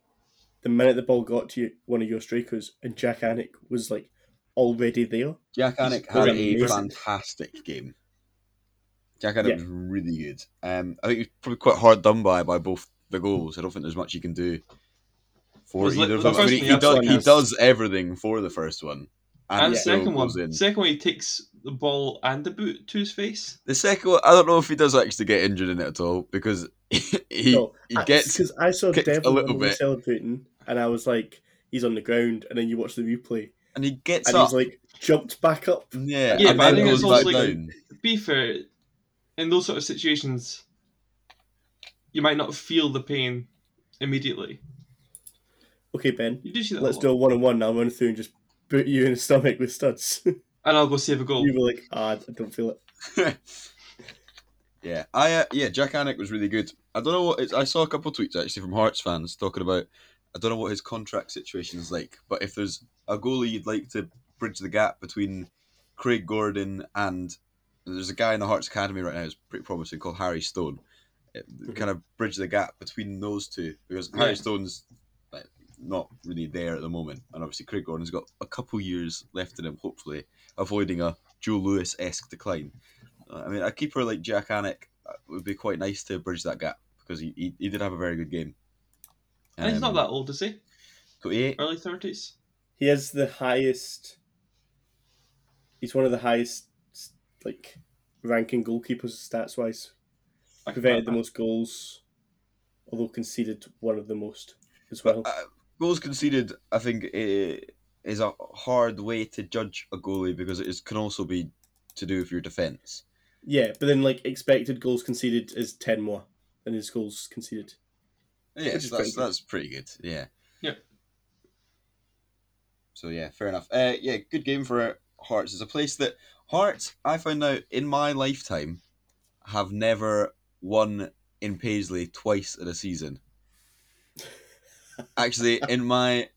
Speaker 3: the minute the ball got to you, one of your strikers and Jack Anick was like already there.
Speaker 1: Jack Anik
Speaker 2: scored
Speaker 1: had
Speaker 3: amazing.
Speaker 1: a fantastic game. Jack Anik
Speaker 3: Yeah.
Speaker 1: was really good. Um, I think he was probably quite hard done by by both the goals. I don't think there's much you can do for
Speaker 2: Was it-
Speaker 1: either of
Speaker 2: the
Speaker 1: them. I mean,
Speaker 2: first
Speaker 1: he,
Speaker 2: one
Speaker 1: he
Speaker 2: he
Speaker 1: does, he
Speaker 2: absolutely-
Speaker 1: does everything for the first one.
Speaker 2: And
Speaker 1: it still
Speaker 2: second one,
Speaker 1: goes in.
Speaker 2: second one, he takes the ball and the boot to his face.
Speaker 1: The second one, I don't know if he does actually get injured in it at all because he,
Speaker 3: No,
Speaker 1: he gets
Speaker 3: because I saw
Speaker 1: kicked a
Speaker 3: Devlin
Speaker 1: little
Speaker 3: when we were
Speaker 1: bit.
Speaker 3: celebrating, and I was like, he's on the ground, and then you watch the replay,
Speaker 1: and he gets
Speaker 3: and
Speaker 1: up.
Speaker 3: he's like jumped back up.
Speaker 1: yeah,
Speaker 2: Yeah,
Speaker 1: and
Speaker 2: but I
Speaker 1: then
Speaker 2: think it's
Speaker 1: goes
Speaker 2: also
Speaker 1: back
Speaker 2: like-
Speaker 1: down.
Speaker 2: To be fair, in those sort of situations, you might not feel the pain immediately.
Speaker 3: Okay, Ben,
Speaker 2: You do see that. a
Speaker 3: let's
Speaker 2: lot.
Speaker 3: do a one on one. I'll run through and just boot you in the stomach with studs. you
Speaker 2: And I'll go save a goal.
Speaker 3: were like, ah, I don't feel it.
Speaker 1: Yeah, I uh, yeah, Jack Anik was really good. I don't know what it's, I saw a couple tweets actually from Hearts fans talking about. I don't know what his contract situation is like, but if there's a goalie you'd like to bridge the gap between Craig Gordon and there's a guy in the Hearts Academy right now who's pretty promising called Harry Stone. It, Kind of bridge the gap between those two because
Speaker 2: Yeah.
Speaker 1: Harry Stone's like, not really there at the moment, and obviously Craig Gordon's got a couple years left in him, hopefully avoiding a Joe Lewis esque decline. Uh, I mean, a keeper like Jack Anik would be quite nice to bridge that gap because he, he, he did have a very good game.
Speaker 2: And he's not
Speaker 1: Um, eh,
Speaker 2: that old, is he?
Speaker 1: 28.
Speaker 2: Early thirties.
Speaker 3: He has the highest. He's one of the highest, like, ranking goalkeepers stats wise. Prevented the most goals, although conceded one of the most as well.
Speaker 1: But, uh, goals conceded, I think, eh, is a hard way to judge a goalie because it is, can also be to do with your defence.
Speaker 3: Yeah, but then like expected goals conceded is ten more than his goals conceded. Which
Speaker 1: Yes,
Speaker 3: is
Speaker 1: that's,
Speaker 3: pretty good.
Speaker 1: that's pretty good. Yeah.
Speaker 2: Yeah.
Speaker 1: So, yeah, fair enough. Uh, yeah, good game for Hearts. It's a place that Hearts, I found out in my lifetime, have never won in Paisley twice in a season. Actually, in my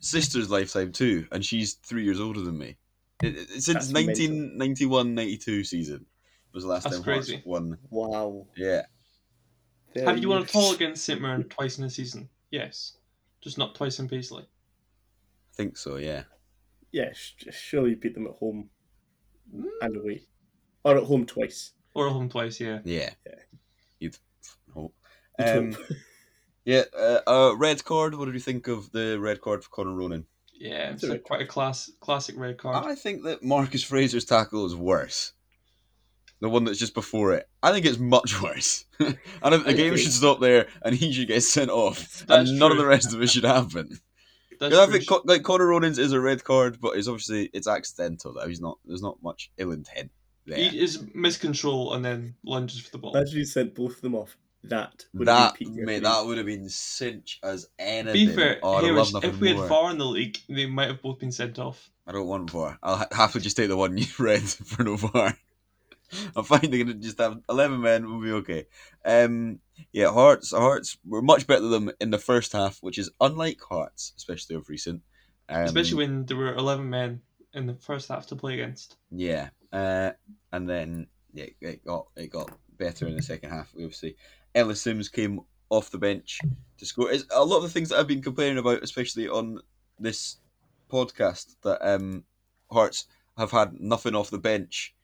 Speaker 1: sister's lifetime too, and she's three years older than me. It, it- since
Speaker 3: That's mental.
Speaker 1: 1991 92 season was the last
Speaker 2: That's
Speaker 1: time Hearts
Speaker 2: crazy.
Speaker 1: won.
Speaker 3: Wow.
Speaker 1: Yeah,
Speaker 2: Have you won at all against St Mirren twice in a season? Yes, just not twice in Paisley.
Speaker 1: I think so, yeah.
Speaker 3: Yeah, sh- surely you beat them at home and away, or at home twice.
Speaker 2: Or at home twice, yeah.
Speaker 1: Yeah.
Speaker 3: Yeah.
Speaker 1: You'd f- hope.
Speaker 3: You'd
Speaker 1: Um, yeah, uh, uh, red card. What did you think of the red card for Conor Ronan?
Speaker 2: Yeah, it's
Speaker 3: It's a
Speaker 2: a-
Speaker 3: red
Speaker 2: quite a class classic red card.
Speaker 1: I think that Marcus Fraser's tackle is worse. The one that's just before it. I think it's much worse. I don't, the
Speaker 3: I
Speaker 1: game
Speaker 3: agree.
Speaker 1: should stop there and he should get sent off.
Speaker 2: That's
Speaker 1: and none of
Speaker 2: true.
Speaker 1: the rest of it should happen.
Speaker 2: That's
Speaker 1: 'Cause I
Speaker 2: true.
Speaker 1: think Co- like Conor Ronan's is a red card, but it's obviously it's accidental though. He's not there's not much ill intent there.
Speaker 2: He is miscontrol and then lunges for the ball.
Speaker 3: Imagine you sent both of them off. That would
Speaker 1: that
Speaker 3: be peak
Speaker 1: mate,
Speaker 3: refereeing.
Speaker 1: that would have been cinch as
Speaker 2: Be
Speaker 1: anything.
Speaker 2: fair,
Speaker 1: Oh, I'd have
Speaker 2: Harris,
Speaker 1: loved nothing
Speaker 2: if we had
Speaker 1: more.
Speaker 2: VAR in the league, they might have both been sent off.
Speaker 1: I don't want VAR. I'll ha- have to just take the one you read for no VAR. I'm fine. They're gonna just have eleven men. We'll be okay. Um, yeah, Hearts. Hearts were much better than them in the first half, which is unlike Hearts, especially of recent. Um,
Speaker 2: Especially when there were 11 men in the first half to play against.
Speaker 1: yeah. Uh, and then yeah, it got it got better in the second half. Obviously, Ellis Sims came off the bench to score. It's, a lot of the things that I've been complaining about, especially on this podcast, that um, Hearts have had nothing off the bench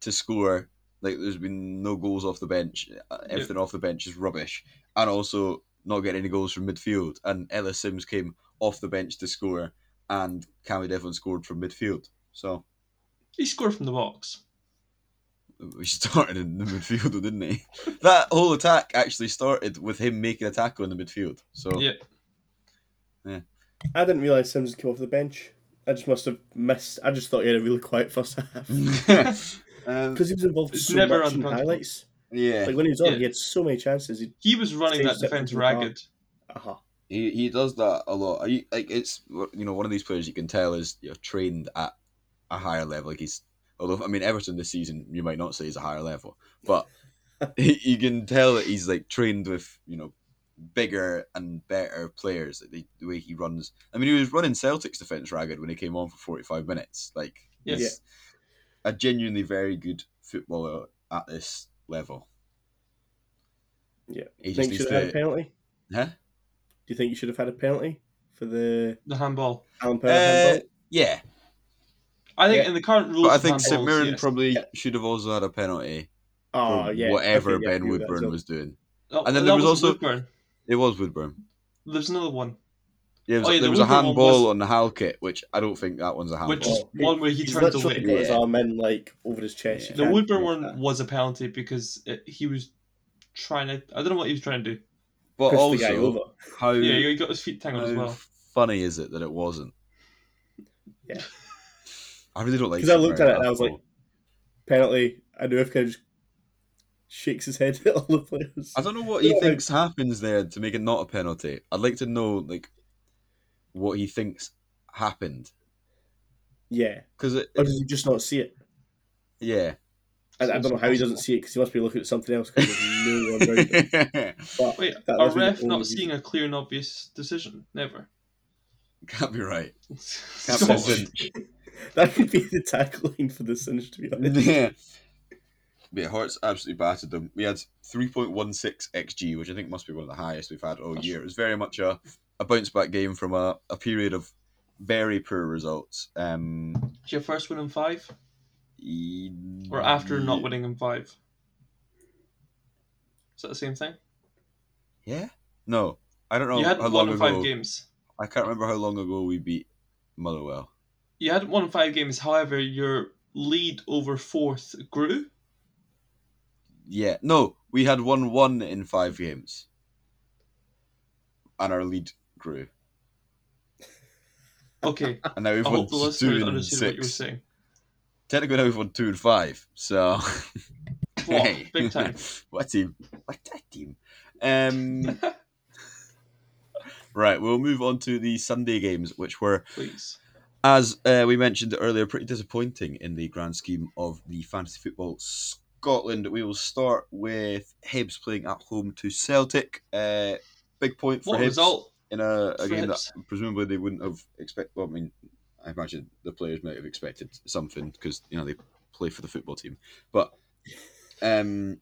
Speaker 1: to score. Like there's been no goals off the bench. Uh, Everything off the bench is rubbish, and also not getting any goals from midfield. And Ellis Sims came off the bench to score, and Cammy Devlin scored from midfield. So
Speaker 2: He scored from the box.
Speaker 1: he started in the midfield, didn't he? That whole attack actually started with him making a tackle in the midfield. So
Speaker 2: Yeah.
Speaker 3: I didn't realize Sims had come off the bench. I just must have missed. I just thought he had a really quiet first half
Speaker 1: Mm. um,
Speaker 3: because he was involved
Speaker 2: It's
Speaker 3: so
Speaker 2: never
Speaker 3: much in
Speaker 2: uncomfortable.
Speaker 3: highlights.
Speaker 1: yeah,
Speaker 3: Like when he was on,
Speaker 2: Yeah.
Speaker 3: he had so many chances. He,
Speaker 2: He was running
Speaker 3: Stays
Speaker 2: that
Speaker 3: separate
Speaker 2: defence
Speaker 3: from the bar.
Speaker 2: ragged.
Speaker 3: uh
Speaker 1: he, he does that a lot. He, like it's you know one of these players you can tell is you know, trained at a higher level. Like he's although I mean Everton this season you might not say is a higher level, but you can tell that he's like trained with you know bigger and better players. Like the, the way he runs. I mean, he was running Celtic's defense ragged when he came on for forty five minutes. Like,
Speaker 2: Yes.
Speaker 1: he's a genuinely very good footballer at this level.
Speaker 3: Yeah.
Speaker 1: he just
Speaker 3: think
Speaker 1: needs
Speaker 3: you should have had a
Speaker 1: to.
Speaker 3: penalty?
Speaker 1: Huh?
Speaker 3: Do you think you should have had a penalty for the
Speaker 2: The handball.
Speaker 3: Alan Power
Speaker 1: Uh,
Speaker 3: handball?
Speaker 1: yeah,
Speaker 2: I think
Speaker 3: Yeah.
Speaker 2: in the current rules,
Speaker 1: but I
Speaker 2: of
Speaker 1: think St
Speaker 2: handballs,
Speaker 1: Mirren
Speaker 2: yes.
Speaker 1: probably
Speaker 3: Yeah.
Speaker 1: should have also had a penalty
Speaker 3: Oh,
Speaker 1: for
Speaker 3: yeah.
Speaker 1: whatever
Speaker 3: okay, yeah, I
Speaker 1: Ben
Speaker 3: agree with that as
Speaker 1: Woodburn
Speaker 3: well.
Speaker 1: was doing.
Speaker 2: Oh,
Speaker 1: and then there
Speaker 2: that
Speaker 1: was
Speaker 2: wasn't
Speaker 1: also-
Speaker 2: Woodburn.
Speaker 1: It was Woodburn.
Speaker 2: There's another one,
Speaker 1: Yeah, there was,
Speaker 2: Oh, yeah,
Speaker 1: there
Speaker 2: the
Speaker 1: was a
Speaker 2: Woodburn one
Speaker 1: handball
Speaker 2: was-
Speaker 1: on the Halkett, which I don't think that one's a handball.
Speaker 2: which is
Speaker 3: Oh,
Speaker 2: one where he
Speaker 3: He's
Speaker 2: turned
Speaker 3: literally
Speaker 2: away.
Speaker 3: got his
Speaker 1: Yeah.
Speaker 3: arm in like over his chest. You
Speaker 1: Yeah.
Speaker 2: The
Speaker 3: can't
Speaker 2: Woodburn
Speaker 3: make
Speaker 2: one
Speaker 3: that.
Speaker 2: was a penalty because it, he was trying to. I don't know what he was trying to do.
Speaker 1: but
Speaker 3: Pushed the guy over.
Speaker 1: also, how
Speaker 2: Yeah, he got his feet tangled
Speaker 1: How
Speaker 2: as well.
Speaker 1: funny is it that it wasn't?
Speaker 3: Yeah.
Speaker 1: I really don't like
Speaker 3: 'Cause I
Speaker 1: St.
Speaker 3: looked
Speaker 1: Mirren
Speaker 3: at it and I was
Speaker 1: football.
Speaker 3: like- penalty. I know if kind of just shakes his head at all the players.
Speaker 1: I don't know what he
Speaker 3: Yeah.
Speaker 1: thinks happens there to make it not a penalty. I'd like to know like what he thinks happened
Speaker 3: Yeah,
Speaker 1: because it,
Speaker 3: or does he just not see it?
Speaker 1: yeah.
Speaker 3: I, I don't know how he doesn't see it because he must be looking at something else. 'cause there's no one around him. But
Speaker 2: Wait,
Speaker 3: that
Speaker 2: a
Speaker 3: must be the
Speaker 2: ref
Speaker 3: only
Speaker 2: not
Speaker 3: reason.
Speaker 2: seeing a clear and obvious decision? Never.
Speaker 1: Can't be right. Can't be
Speaker 2: So-
Speaker 1: right.
Speaker 3: that could be the tagline for this sentence, to be honest.
Speaker 1: yeah. Yeah, Hearts absolutely battered them. We had 3.16 XG, which I think must be one of the highest we've had all
Speaker 2: That's-
Speaker 1: year. It was very much a, a bounce back game from a, a period of very poor results. Um,
Speaker 2: It's your first win in five,
Speaker 1: e-
Speaker 2: or after not winning in five. Is that the same thing?
Speaker 1: Yeah? No. I don't know
Speaker 2: you
Speaker 1: how
Speaker 2: hadn't
Speaker 1: long
Speaker 2: won in
Speaker 1: ago.
Speaker 2: five games.
Speaker 1: I can't remember how long ago we beat Motherwell.
Speaker 2: You hadn't won in five games. However, your lead over fourth grew.
Speaker 1: Yeah. No, we had won one in five games. And our lead grew.
Speaker 2: Okay,
Speaker 1: And now we've
Speaker 2: I
Speaker 1: won
Speaker 2: hope the listeners
Speaker 1: two and
Speaker 2: understood what you were
Speaker 1: six.
Speaker 2: saying.
Speaker 1: Technically, now we've won two and five. So.
Speaker 2: Wow, big time.
Speaker 1: what team? What a team? Um, right, we'll move on to the Sunday games, which were,
Speaker 2: Please.
Speaker 1: as uh, we mentioned earlier, pretty disappointing in the grand scheme of the fantasy football Scotland. We will start with Hibs playing at home to Celtic. Uh, big point for
Speaker 2: What
Speaker 1: Hibs
Speaker 2: result?
Speaker 1: in a, a
Speaker 2: for
Speaker 1: game that
Speaker 2: Hibs?
Speaker 1: presumably they wouldn't have expected. Well, I mean, I imagine the players might have expected something because you know they play for the football team, but um,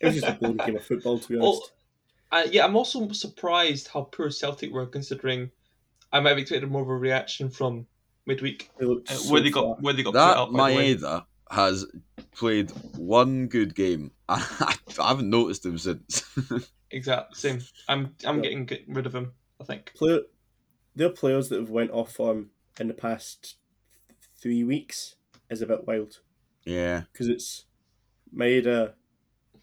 Speaker 3: It was just a boring game of football, to be
Speaker 2: Well,
Speaker 3: honest.
Speaker 2: Uh, yeah, I'm also surprised how poor Celtic were, considering I might have expected more of a reaction from midweek.
Speaker 3: They looked
Speaker 2: Uh,
Speaker 3: so
Speaker 2: where they got
Speaker 3: flat.
Speaker 2: where they got put
Speaker 1: that
Speaker 2: up. By the way.
Speaker 1: Maeda has played one good game. I, haven't noticed him since.
Speaker 2: Exact same. I'm I'm
Speaker 3: Yeah.
Speaker 2: getting get rid of him. I think.
Speaker 3: Player, there are players that have went off form in the past three weeks is a bit wild
Speaker 1: yeah,
Speaker 3: because it's Maeda,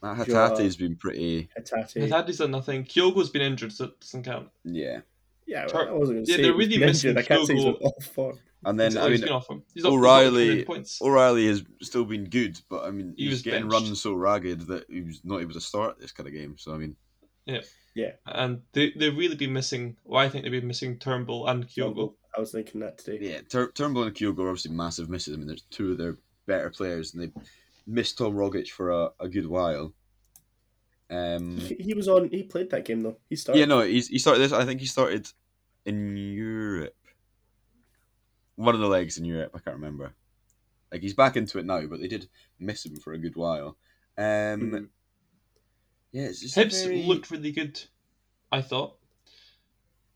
Speaker 1: that
Speaker 3: Jota.
Speaker 1: Hatate's been pretty.
Speaker 3: Hatate.
Speaker 2: Haddad's done nothing. Kyogo's been injured, so it doesn't count.
Speaker 1: Yeah,
Speaker 3: yeah,
Speaker 2: Tar-
Speaker 3: well, I wasn't going to
Speaker 2: Yeah,
Speaker 3: say
Speaker 2: they're
Speaker 3: he was
Speaker 2: really
Speaker 3: injured.
Speaker 2: missing
Speaker 3: I can't say he's
Speaker 2: Kyogo.
Speaker 3: went off um, form.
Speaker 1: and then
Speaker 2: So
Speaker 1: I
Speaker 2: he's
Speaker 1: mean,
Speaker 2: been off him. He's not- he's not
Speaker 1: O'Reilly-
Speaker 2: getting points.
Speaker 1: O'Reilly has still been good, but I mean,
Speaker 2: He
Speaker 1: he was
Speaker 2: was
Speaker 1: getting
Speaker 2: benched.
Speaker 1: run so ragged that he was not able to start this kind of game. So I mean,
Speaker 2: And they they really been missing. Well, I think they've been missing Turnbull and Kyogo.
Speaker 3: I was thinking that today.
Speaker 1: Yeah, Tur- Turnbull and Kyogo are obviously massive misses. I mean, there's two of their better players, and they missed Tom Rogic for a, a good while. Um,
Speaker 3: He, he was on. He played that game though. He started.
Speaker 1: yeah, no, he's, he started this. I think he started in Europe. One of the legs in Europe, I can't remember. Like he's back into it now, but they did miss him for a good while. Um,
Speaker 3: Mhm.
Speaker 1: Yeah, it's just
Speaker 2: Hibbs
Speaker 1: very-
Speaker 2: looked really good. I thought.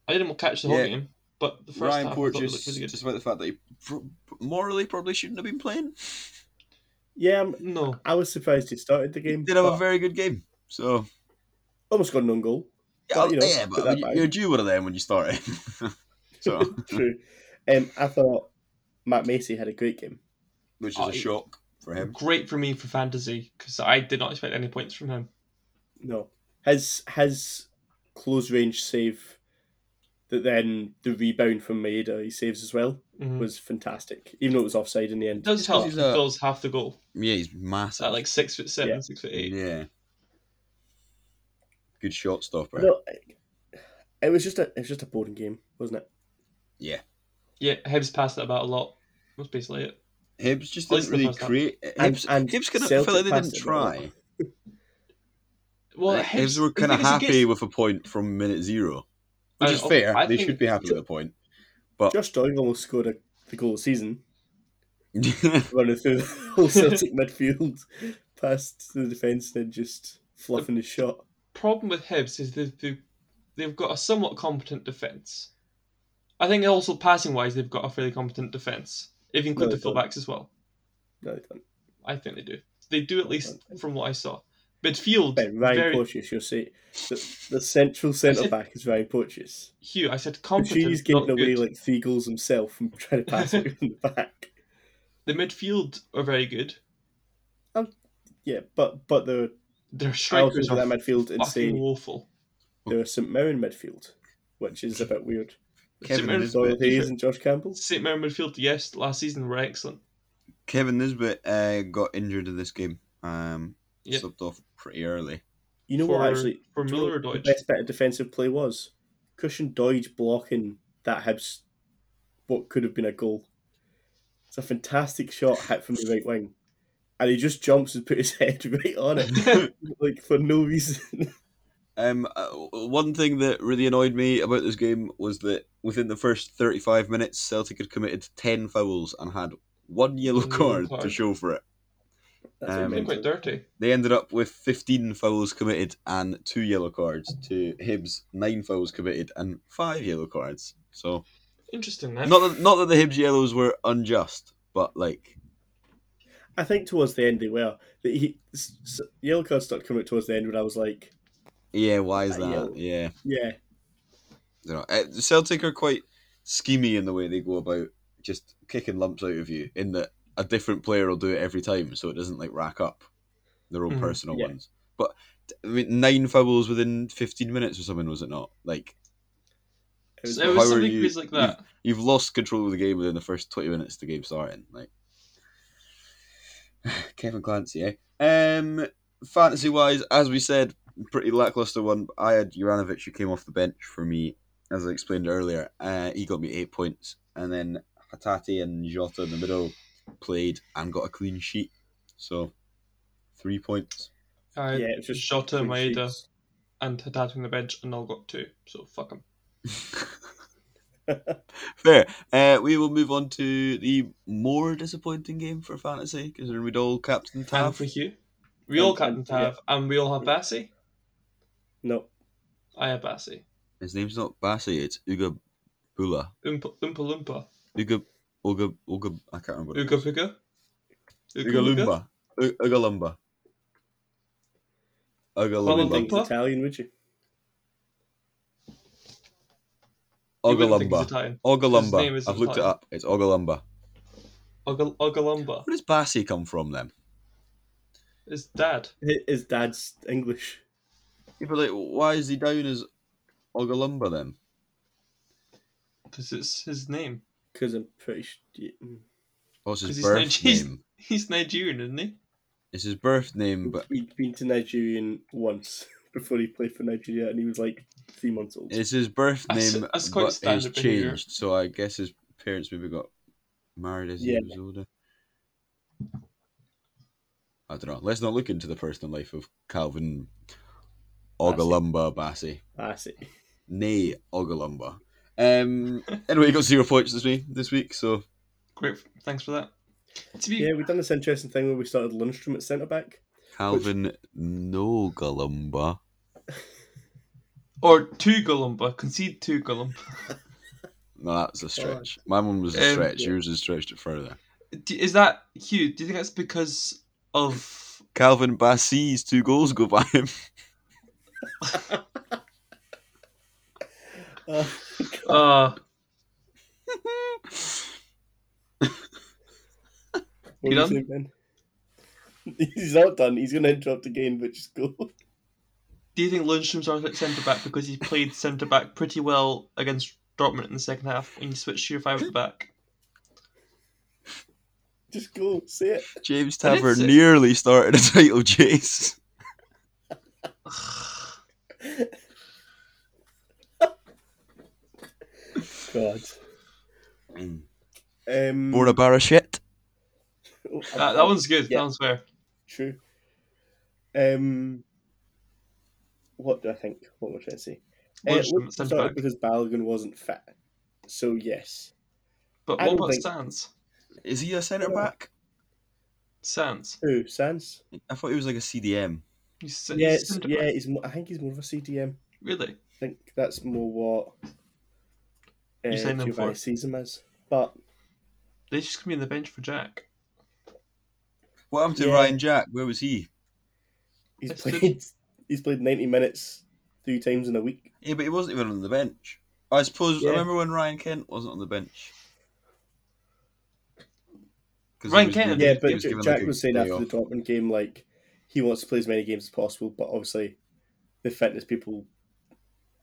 Speaker 2: I didn't catch the whole
Speaker 1: Yeah.
Speaker 2: game, but the first
Speaker 1: Ryan
Speaker 2: half I thought it
Speaker 1: Porteous
Speaker 2: looked really good.
Speaker 1: just about the fact that he pro- morally probably shouldn't have been playing.
Speaker 3: Yeah, I'm-
Speaker 2: No,
Speaker 3: I was surprised he started the game.
Speaker 1: He did have
Speaker 3: but
Speaker 1: a very good game, so
Speaker 3: almost got an own goal.
Speaker 1: Yeah,
Speaker 3: But, you know,
Speaker 1: yeah,
Speaker 3: put
Speaker 1: but
Speaker 3: that
Speaker 1: I mean,
Speaker 3: back.
Speaker 1: you're due one of them when you start it. so,
Speaker 3: True. Um, I thought Matt Macy had a great game.
Speaker 1: which is
Speaker 2: Oh,
Speaker 1: a
Speaker 2: he-
Speaker 1: shock for him.
Speaker 2: great for me for fantasy because I did not expect any points from him.
Speaker 3: No, his his close range save that then the rebound from Maeda he saves as well
Speaker 2: Mhm.
Speaker 3: was fantastic. Even though it was offside in the
Speaker 2: It
Speaker 3: end.
Speaker 2: does help.
Speaker 1: he's
Speaker 2: He
Speaker 1: a-
Speaker 2: fills half the goal
Speaker 1: Yeah, he's
Speaker 2: at
Speaker 1: massive.
Speaker 2: like six foot seven,
Speaker 3: Yeah.
Speaker 2: six foot eight.
Speaker 1: yeah, good shot stopper.
Speaker 3: No, I- it was just a it was just a boring game, wasn't it?
Speaker 2: Yeah, Hibbs passed that about a lot. That's basically it.
Speaker 1: Hibbs just
Speaker 2: Well, he's
Speaker 1: didn't really
Speaker 2: the first half.
Speaker 1: create.
Speaker 3: And-
Speaker 1: Hibbs,
Speaker 3: and
Speaker 1: Hibbs kind of
Speaker 3: Celtic
Speaker 1: felt like they
Speaker 3: passed
Speaker 1: didn't
Speaker 3: it well.
Speaker 1: try.
Speaker 2: Well,
Speaker 1: Like,
Speaker 2: Hibs-
Speaker 1: Hibs were
Speaker 2: the
Speaker 1: kind of
Speaker 2: thing is, it
Speaker 1: happy
Speaker 2: gets-
Speaker 1: with a point from minute zero, which
Speaker 2: I-
Speaker 1: is fair.
Speaker 2: I
Speaker 1: they
Speaker 2: think-
Speaker 1: should be happy with a point. But
Speaker 3: Josh Doyle almost scored a, the goal of the season, running through the whole Celtic midfield, past the defence, and then just fluffing his shot.
Speaker 2: problem with Hibs is they've, they've, they've got a somewhat competent defence. I think also passing wise, they've got a fairly competent defence, if you include
Speaker 3: No,
Speaker 2: the
Speaker 3: they don't.
Speaker 2: fullbacks as well.
Speaker 3: No, they don't.
Speaker 2: I think they do. They do at least from what I saw. Midfield,
Speaker 3: Ben, Ryan
Speaker 2: very
Speaker 3: Porteous, you'll see. The, the central centre back is Ryan Porteous.
Speaker 2: Hugh. I said
Speaker 3: But She's
Speaker 2: competent, not
Speaker 3: getting away
Speaker 2: good.
Speaker 3: like three goals himself and trying to pass it from the back.
Speaker 2: The midfield are very good.
Speaker 3: Yeah, but but there are
Speaker 2: Their
Speaker 3: thousands
Speaker 2: strikers
Speaker 3: of
Speaker 2: are
Speaker 3: that midfield and
Speaker 2: fucking
Speaker 3: say
Speaker 2: woeful.
Speaker 3: there are St Mirren midfield, which is a bit weird.
Speaker 1: Kevin
Speaker 2: St. Mirren's-
Speaker 1: Nisbet.
Speaker 3: Doyle Hayes and Josh Campbell.
Speaker 2: St Mirren midfield, yes, last season were excellent.
Speaker 1: Kevin Nisbet uh, got injured in this game. Um,
Speaker 2: Yep.
Speaker 1: subbed off pretty early.
Speaker 3: You know
Speaker 2: for,
Speaker 3: what actually
Speaker 2: for
Speaker 3: do you know
Speaker 2: Miller or
Speaker 3: what the
Speaker 2: Deutsch.
Speaker 3: best bit of defensive play was? Cushion Deutsch blocking that Hibs what could have been a goal. It's a fantastic shot hit from the right wing. And he just jumps and puts his head right on it. like for no reason.
Speaker 1: Um, uh, one thing that really annoyed me about this game was that within the first 35 minutes, Celtic had committed 10 fouls and had one yellow
Speaker 2: Yellow
Speaker 1: card, to
Speaker 2: card.
Speaker 1: show for it.
Speaker 3: That's
Speaker 1: Um,
Speaker 2: They're quite
Speaker 3: amazing.
Speaker 2: dirty.
Speaker 1: They ended up with 15 fouls committed and two yellow cards to Hibs, nine fouls committed and five yellow cards. So
Speaker 2: Interesting, man.
Speaker 1: not that, not that the Hibs yellows were unjust, but like
Speaker 3: I think towards the end they were. The, he, s- s- yellow card started coming out towards the end when I was like,
Speaker 1: yeah, why is
Speaker 3: Uh,
Speaker 1: that?
Speaker 3: yellow.
Speaker 1: Yeah,
Speaker 3: yeah,
Speaker 1: you know, uh, Celtic are quite schemy in the way they go about just kicking lumps out of you. In that a different player will do it every time, so it doesn't like rack up their own
Speaker 2: Mhm,
Speaker 1: personal
Speaker 3: yeah.
Speaker 1: ones. But I mean, nine fouls within 15 minutes or something was it not? Like
Speaker 3: it was
Speaker 2: So it
Speaker 1: How
Speaker 2: was
Speaker 1: are
Speaker 2: something
Speaker 1: you-
Speaker 2: crazy like that.
Speaker 1: you've lost control of the game within the first 20 minutes of the game starting. Like Kevin Clancy, eh? Um, fantasy wise, as we said, pretty lackluster one. I had Juranovic who came off the bench for me, as I explained earlier. Uh, he got me eight points, and then Hatate and Jota in the middle played and got a clean sheet, so three points.
Speaker 2: Uh,
Speaker 3: yeah, it was just
Speaker 2: Jota,
Speaker 3: clean
Speaker 2: Maeda,
Speaker 3: sheets.
Speaker 2: and Haddad on the bench, and all got two. So fuck them.
Speaker 1: Fair. Uh, we will move on to the more disappointing game for fantasy, considering we'd all captain
Speaker 2: And
Speaker 1: Tav.
Speaker 2: for Hugh, we all
Speaker 3: And-
Speaker 2: captain
Speaker 3: and- yeah.
Speaker 2: Tav, and we all have Bassi.
Speaker 3: No,
Speaker 2: I have Bassi.
Speaker 1: His name's not Bassi, it's Uga Bula.
Speaker 2: Oompa Oompa Loompa.
Speaker 1: Uga, Uga, Uga, I can't remember. what it
Speaker 2: Ooga
Speaker 1: was.
Speaker 2: Pooga.
Speaker 1: Uga Lumba. U- Uga Lumba. Uga
Speaker 2: Well,
Speaker 1: Lumba.
Speaker 2: Lumba.
Speaker 3: think he's Italian, would you?
Speaker 2: You
Speaker 1: Uga
Speaker 2: wouldn't think he's
Speaker 1: Lumba.
Speaker 2: Italian.
Speaker 1: Uga
Speaker 2: His name
Speaker 1: Lumba.
Speaker 2: isn't
Speaker 1: I've looked it
Speaker 2: Italian.
Speaker 1: up. It's Uga Lumba.
Speaker 2: Oga- Ogalumba.
Speaker 1: Where does Bassi come from then?
Speaker 2: His dad.
Speaker 3: Hi- His dad's English.
Speaker 1: Yeah, but like, why is he down as Uga Lumba then?
Speaker 2: Because it's his name.
Speaker 3: Because I'm pretty sure. yeah, mm.
Speaker 1: What's
Speaker 2: 'Cause
Speaker 1: his
Speaker 2: he's
Speaker 1: birth
Speaker 2: Nigerian.
Speaker 1: name?
Speaker 2: He's Nigerian, isn't he?
Speaker 1: It's his birth name, but
Speaker 3: He'd been to Nigerian once before he played for Nigeria and he was like three months old.
Speaker 1: It's his birth
Speaker 2: That's-
Speaker 1: name,
Speaker 2: that's quite
Speaker 1: but it's
Speaker 2: standard behaviour.
Speaker 1: changed. So I guess his parents maybe got married as
Speaker 3: Yeah.
Speaker 1: he was older. I don't know. Let's not look into the personal life of Calvin Ogalumba Bassi.
Speaker 3: Ah, I see.
Speaker 1: Nay, Ogalumba. Um. anyway, he got zero points this week. This week, so
Speaker 2: Great. Thanks for that. To be
Speaker 3: Yeah, we've done this interesting thing where we started Lundstrom at centre back.
Speaker 1: Calvin Nogalumba.
Speaker 2: or two Golumba. Concede two Golumba.
Speaker 1: No, that's a stretch. My one was a
Speaker 2: Um,
Speaker 1: stretch.
Speaker 3: yeah.
Speaker 1: Yours has stretched it further.
Speaker 2: Do- Is that Hugh? Do you think that's because of
Speaker 1: Calvin Bassi's two goals go by him.
Speaker 3: Uh,
Speaker 2: uh
Speaker 3: what
Speaker 2: You
Speaker 3: was
Speaker 2: done?
Speaker 3: it, Ben? He's not done. He's going to interrupt again, but just go.
Speaker 2: Do you think Lundstrom's started at centre back because he played centre back pretty well against Dortmund in the second half when you switched to your five at the back?
Speaker 3: Just go. Say it.
Speaker 1: James
Speaker 2: I didn't
Speaker 1: Taver
Speaker 2: say-
Speaker 1: nearly started a title chase.
Speaker 3: God.
Speaker 1: Mm.
Speaker 3: Um,
Speaker 1: Bora Barashit.
Speaker 3: oh,
Speaker 2: That, that one's good.
Speaker 3: Yeah.
Speaker 2: That one's fair.
Speaker 3: True. Um, what do I think? What am I trying to say? Uh,
Speaker 2: Lynch
Speaker 3: Lynch
Speaker 2: sent
Speaker 3: started
Speaker 2: back.
Speaker 3: because Balogun wasn't fit. So yes,
Speaker 2: But
Speaker 3: I
Speaker 2: what
Speaker 3: don't
Speaker 2: about
Speaker 3: think-
Speaker 2: Sans?
Speaker 1: Is he a centre back?
Speaker 2: Sans.
Speaker 3: who Sans?
Speaker 1: I thought he was like a CDM.
Speaker 2: He's, he's
Speaker 3: Yes,
Speaker 2: centre
Speaker 3: yeah.
Speaker 2: back.
Speaker 3: He's more, I think he's more of a CDM.
Speaker 2: Really?
Speaker 3: I think that's more what uh,
Speaker 2: You signed him
Speaker 3: Giovanni
Speaker 2: for-
Speaker 3: sees him as. But
Speaker 2: They just gonna be on the bench for Jack.
Speaker 1: What happened to
Speaker 3: Yeah.
Speaker 1: Ryan Jack? Where was he?
Speaker 3: he's
Speaker 2: That's good.
Speaker 3: played he's played ninety minutes three times in a week.
Speaker 1: Yeah, but he wasn't even on the bench. I suppose.
Speaker 3: Yeah.
Speaker 1: I remember when Ryan Kent wasn't on the bench. 'Cause he
Speaker 2: Ryan
Speaker 1: was
Speaker 2: Kent-
Speaker 1: given-
Speaker 2: Yeah,
Speaker 3: Yeah,
Speaker 1: he
Speaker 3: but
Speaker 1: was
Speaker 3: J-
Speaker 1: given,
Speaker 3: Jack
Speaker 1: like, a
Speaker 3: was saying
Speaker 1: day
Speaker 3: after the
Speaker 1: off.
Speaker 3: Dortmund game, like he wants to play as many games as possible, but obviously the fitness people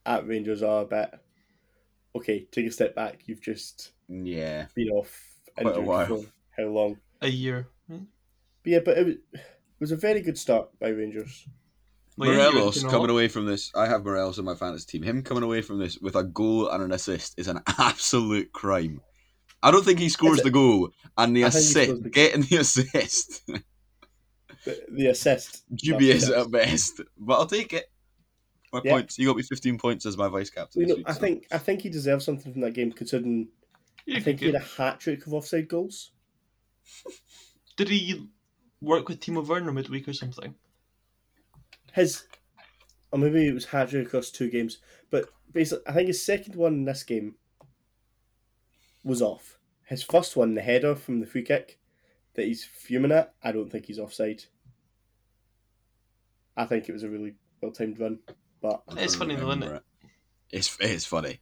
Speaker 3: at Rangers are a bit okay. Take a step back. You've just
Speaker 1: Yeah,
Speaker 3: been off
Speaker 1: Quite a
Speaker 3: injured
Speaker 1: while.
Speaker 3: for how long?
Speaker 2: A year. Hmm?
Speaker 3: But yeah, but it was, it was a very good start by Rangers.
Speaker 2: Well, yeah, you're
Speaker 1: Morelos
Speaker 2: looking
Speaker 1: coming
Speaker 2: up.
Speaker 1: away from this. I have Morelos on my fantasy team. Him coming away from this with a goal and an assist is an absolute crime. I don't think he scores
Speaker 3: it?
Speaker 1: the goal and the
Speaker 3: I think he scores
Speaker 1: assist.
Speaker 3: the-
Speaker 1: Getting the assist,
Speaker 3: The, the assist,
Speaker 1: dubious at best, but I'll take it. My
Speaker 3: Yeah.
Speaker 1: points. You got me fifteen points as my vice captain.
Speaker 3: You
Speaker 1: this
Speaker 3: know,
Speaker 1: week,
Speaker 3: I
Speaker 1: so-
Speaker 3: think I think he deserves something from that game, considering
Speaker 2: Yeah,
Speaker 3: I think he
Speaker 2: good.
Speaker 3: had a hat trick of offside goals.
Speaker 2: Did he work with Timo Werner midweek or something?
Speaker 3: His, or maybe it was hat trick across two games, but basically, I think his second one in this game was off. His first one, the header from the free kick that he's fuming at, I don't think he's offside. I think it was a really well timed run, but
Speaker 1: I don't
Speaker 2: It's funny though, isn't
Speaker 1: remember it? It's it's funny.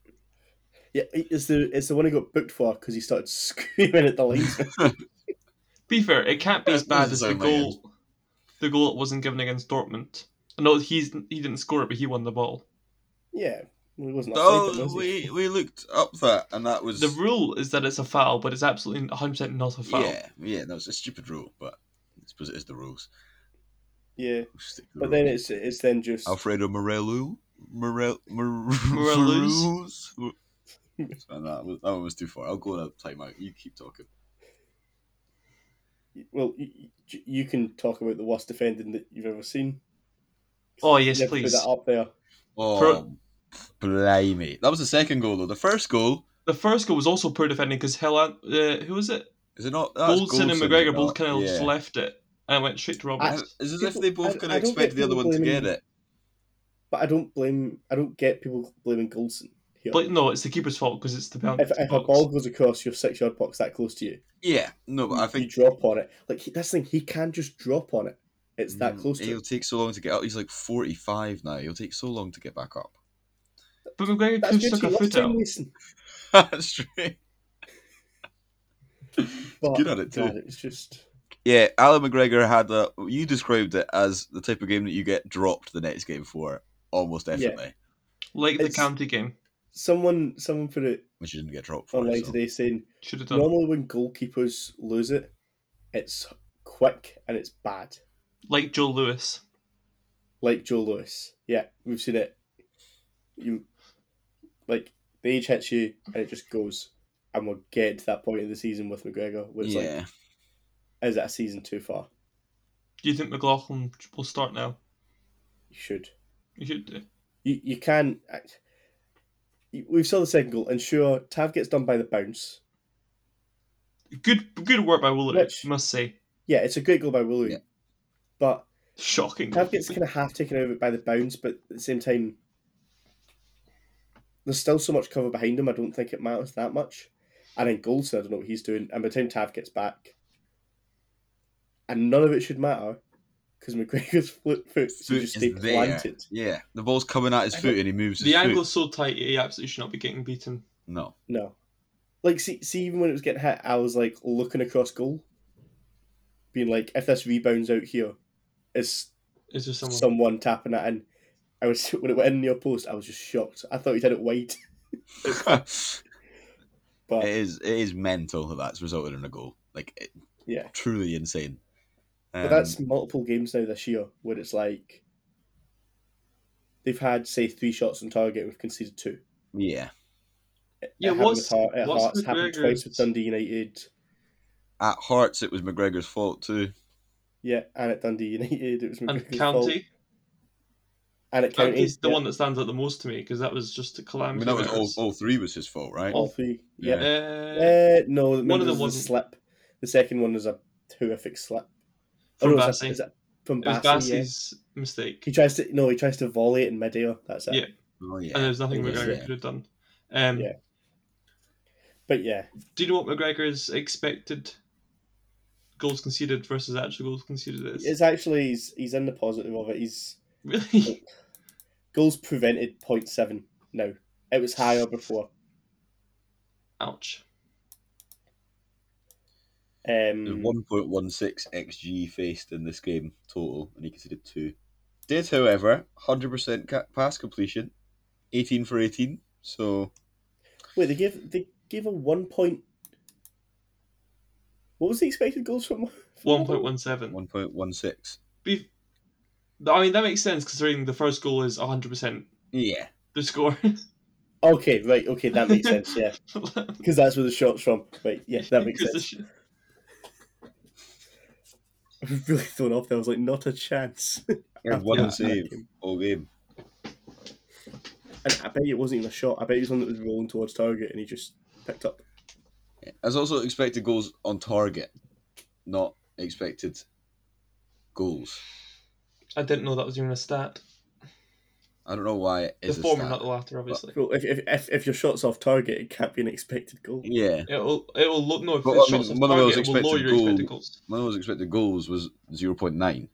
Speaker 3: yeah, it's the it's the one he got booked for because he started screaming at the linesman.
Speaker 2: Be fair, it can't be
Speaker 1: Yeah,
Speaker 2: as bad
Speaker 1: this
Speaker 2: as
Speaker 1: is
Speaker 2: the
Speaker 1: on my end.
Speaker 2: goal. The goal that wasn't given against Dortmund. No, he's he didn't score it, but he won the ball.
Speaker 3: Yeah, well, he wasn't offside, then,
Speaker 1: Oh,
Speaker 3: was
Speaker 1: we
Speaker 3: he?
Speaker 1: we looked up that, and that was
Speaker 2: The rule is that it's a foul, but it's absolutely 100 percent not a foul.
Speaker 1: yeah, yeah. That was a stupid rule, but I suppose it is the rules.
Speaker 3: Yeah,
Speaker 1: We'll stick to the
Speaker 3: but then
Speaker 1: rules.
Speaker 3: it's it's then just
Speaker 1: Alfredo Morelu, Morel, Morel,
Speaker 2: Morelus?
Speaker 1: Morelus. So that, was, that one was too far. I'll go and time out. You keep talking.
Speaker 3: well, you, you can talk about the worst defending that you've ever seen.
Speaker 2: Oh yes,
Speaker 3: You have to Put
Speaker 2: please.
Speaker 3: that up there.
Speaker 1: Oh, blimey! That was the second goal though. The first goal
Speaker 2: The first goal was also poor defending because Helen, uh, who was it?
Speaker 1: is it not? that's
Speaker 2: Goldson and
Speaker 1: Goldson,
Speaker 2: McGregor
Speaker 1: not-
Speaker 2: both kind of just
Speaker 1: yeah.
Speaker 2: left it and it went straight
Speaker 1: I-
Speaker 2: to Roberts.
Speaker 1: It's as if
Speaker 3: People-
Speaker 1: they
Speaker 3: I-
Speaker 1: both kind
Speaker 3: I
Speaker 1: of
Speaker 3: don't get
Speaker 1: expected the other
Speaker 3: people
Speaker 1: one to
Speaker 3: blaming-
Speaker 1: get it.
Speaker 3: But I don't blame. I don't get people blaming Goldson here.
Speaker 2: But no, it's the keeper's fault because it's the penalty.
Speaker 3: if, if a
Speaker 2: box.
Speaker 3: ball goes across your six yard box that close to you,
Speaker 1: Yeah, no, but I think
Speaker 3: you drop on it. Like he, that's the thing, he can just drop on it. It's that
Speaker 1: Mm,
Speaker 3: close to.
Speaker 1: He'll
Speaker 3: it.
Speaker 1: take so long to get up. He's like 45 now. He'll take so long to get back up.
Speaker 2: But McGregor could
Speaker 3: That's
Speaker 2: have stuck
Speaker 3: good. He
Speaker 2: a
Speaker 3: lost
Speaker 2: foot
Speaker 3: time,
Speaker 2: out.
Speaker 3: Mason.
Speaker 1: That's true.
Speaker 3: But
Speaker 1: good at it too.
Speaker 3: God, it was just.
Speaker 1: Yeah, Alan McGregor had a. You described it as the type of game that you get dropped the next game for almost definitely,
Speaker 2: Like the
Speaker 3: It's-
Speaker 2: county game
Speaker 3: Someone, someone put it
Speaker 1: which you didn't get dropped for.
Speaker 3: online
Speaker 1: so.
Speaker 3: today saying
Speaker 2: should have done.
Speaker 3: Normally, when goalkeepers lose it, it's quick and it's bad.
Speaker 2: Like Joe Lewis.
Speaker 3: Like Joe Lewis. Yeah, we've seen it. You like the age hits you and it just goes. And we'll get to that point in the season with McGregor where it's like,
Speaker 1: Yeah.
Speaker 3: is that a season too far?
Speaker 2: Do you think McLaughlin will start now?
Speaker 3: You should.
Speaker 2: You should uh, do.
Speaker 3: You you can. act- you- We've saw the second goal, and sure, Tav gets done by the bounce.
Speaker 2: Good, good work by Woolwich,
Speaker 3: Which-
Speaker 2: must say.
Speaker 3: Yeah, it's a great goal by Woolery,
Speaker 1: Yeah.
Speaker 3: but
Speaker 2: Shocking.
Speaker 3: Tav gets kind of half taken over by the bounce, but at the same time, there's still so much cover behind him. I don't think it matters that much. And then Goldson, I don't know what he's doing. And by the time Tav gets back, and none of it should matter because McGregor's foot, foot should
Speaker 1: Foot
Speaker 3: just
Speaker 1: is
Speaker 3: stay
Speaker 1: there.
Speaker 3: planted.
Speaker 1: Yeah. The ball's coming at his
Speaker 3: I
Speaker 1: foot
Speaker 3: don't-
Speaker 1: and he moves his
Speaker 2: The
Speaker 1: foot.
Speaker 2: angle's so tight, he absolutely should not be getting beaten.
Speaker 1: No.
Speaker 3: No, like see, see, even when it was getting hit, I was like looking across goal, being like, if this rebounds out here, is
Speaker 2: Is there someone?
Speaker 3: someone tapping it in? I was when it went in the near post, I was just shocked. I thought he'd had it wide,
Speaker 1: it
Speaker 3: but
Speaker 1: is it is mental that that's resulted in a goal. Like, it,
Speaker 3: Yeah.
Speaker 1: Truly insane. Um,
Speaker 3: But that's multiple games now this year where it's like they've had say three shots on target and we've conceded two.
Speaker 1: Yeah.
Speaker 3: It-
Speaker 2: Yeah,
Speaker 3: it happened
Speaker 2: what's-
Speaker 3: with Har- at
Speaker 2: what's
Speaker 3: Hearts, happened
Speaker 2: McGregor's-
Speaker 3: twice with Dundee United.
Speaker 1: At Hearts, it was McGregor's fault too.
Speaker 3: Yeah, and at Dundee United it was
Speaker 2: and
Speaker 3: McGregor's fault.
Speaker 2: County.
Speaker 3: and it
Speaker 2: County's
Speaker 3: counted.
Speaker 2: the
Speaker 3: yeah.
Speaker 2: one that stands out the most to me because that was just a
Speaker 1: I
Speaker 2: calamity.
Speaker 1: mean, that was all,
Speaker 2: witness.
Speaker 1: all three was his fault, right?
Speaker 3: All three.
Speaker 1: Yeah.
Speaker 3: Yeah.
Speaker 2: Uh,
Speaker 3: Uh, no, one
Speaker 2: of
Speaker 3: of
Speaker 2: them
Speaker 3: them was a
Speaker 2: wasn't.
Speaker 3: slip. The second one was a horrific slip. Oh,
Speaker 2: from
Speaker 3: no, it's a-
Speaker 2: Bassi.
Speaker 3: it's a- from
Speaker 2: It was
Speaker 3: Bassi, yeah.
Speaker 2: Bassi's mistake,
Speaker 3: He tries to no, he tries to volley it in midair. That's it.
Speaker 2: Yeah.
Speaker 1: Oh yeah.
Speaker 2: and there's nothing
Speaker 1: it was,
Speaker 2: McGregor
Speaker 1: yeah.
Speaker 2: could have done. Um,
Speaker 3: Yeah. But yeah,
Speaker 2: Do you know what McGregor's expected goals conceded versus actual goals conceded is?
Speaker 3: it's actually he's, he's in the positive of it. He's
Speaker 2: really?
Speaker 3: goals prevented 0.7 now. It was higher before.
Speaker 2: Ouch.
Speaker 1: There's
Speaker 3: Um,
Speaker 1: 1.16 xg faced in this game total, and he conceded two. Did, however, 100% ca- pass completion, 18 for 18. So
Speaker 3: Wait, they gave they gave a one point. What was the expected goals from?
Speaker 2: One point one seven.
Speaker 1: 1.16.
Speaker 2: Be- I mean, that makes sense considering the first goal is 100%
Speaker 1: Yeah.
Speaker 2: the score.
Speaker 3: Okay, right. Okay, that makes sense. Yeah, because that's where the shots from. Right. Yeah, that makes
Speaker 2: Because the
Speaker 3: sense. I was really thrown off. There I was like, not a chance.
Speaker 1: He had
Speaker 3: After
Speaker 1: one
Speaker 2: Yeah.
Speaker 1: save all game.
Speaker 3: And I bet it wasn't even a shot. I bet it was one that was rolling towards target, and he just picked up.
Speaker 1: As also expected goals on target, not expected goals.
Speaker 2: I didn't know that was even a stat.
Speaker 1: I don't know why it is
Speaker 2: the
Speaker 1: a
Speaker 2: former,
Speaker 1: stat.
Speaker 2: not the latter, obviously.
Speaker 3: Well, if, if, if, if your shot's off target, it can't be an expected goal.
Speaker 1: Yeah.
Speaker 2: It'll, it'll look, no, if
Speaker 1: But,
Speaker 2: it's
Speaker 1: I mean,
Speaker 2: shots off
Speaker 1: one of those
Speaker 2: target, it will lower
Speaker 1: expected
Speaker 2: your expected goals.
Speaker 1: One of those expected goals was 0.9,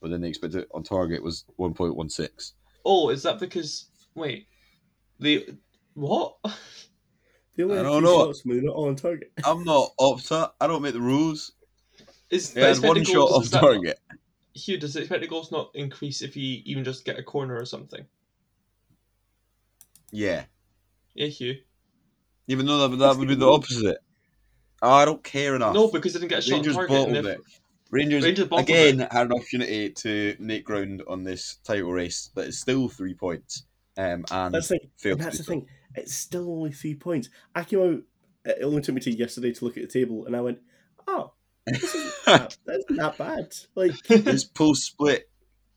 Speaker 1: but then the expected on target was 1.16.
Speaker 2: Oh, is that because. Wait. The. What?
Speaker 3: They only
Speaker 1: I
Speaker 3: had
Speaker 1: don't
Speaker 3: three
Speaker 1: know.
Speaker 3: shots when they're not all on target.
Speaker 1: I'm not Opta. I don't make the rules.
Speaker 2: Is
Speaker 1: He had
Speaker 2: expected
Speaker 1: one shot
Speaker 2: goals,
Speaker 1: off
Speaker 2: is that-
Speaker 1: target.
Speaker 2: Hugh, does the expected goals not increase if you even just get a corner or something?
Speaker 1: Yeah.
Speaker 2: Yeah, Hugh.
Speaker 1: Even though that, that would be the opposite. I don't care enough.
Speaker 2: No, because they didn't get a shot
Speaker 1: Ah. Rangers
Speaker 2: on target. and
Speaker 1: bottled
Speaker 2: if-
Speaker 1: it. Rangers,
Speaker 2: Rangers bottled
Speaker 1: again had an opportunity to make ground on this title race that is still three points. Um, and
Speaker 3: That's the thing.
Speaker 1: failed
Speaker 3: And
Speaker 1: to
Speaker 3: that's
Speaker 1: do
Speaker 3: the
Speaker 1: so.
Speaker 3: thing. It's still only three points. I came out. It only took me to yesterday to look at the table, and I went, "Oh, this is that, that's not bad." Like,
Speaker 1: this post-split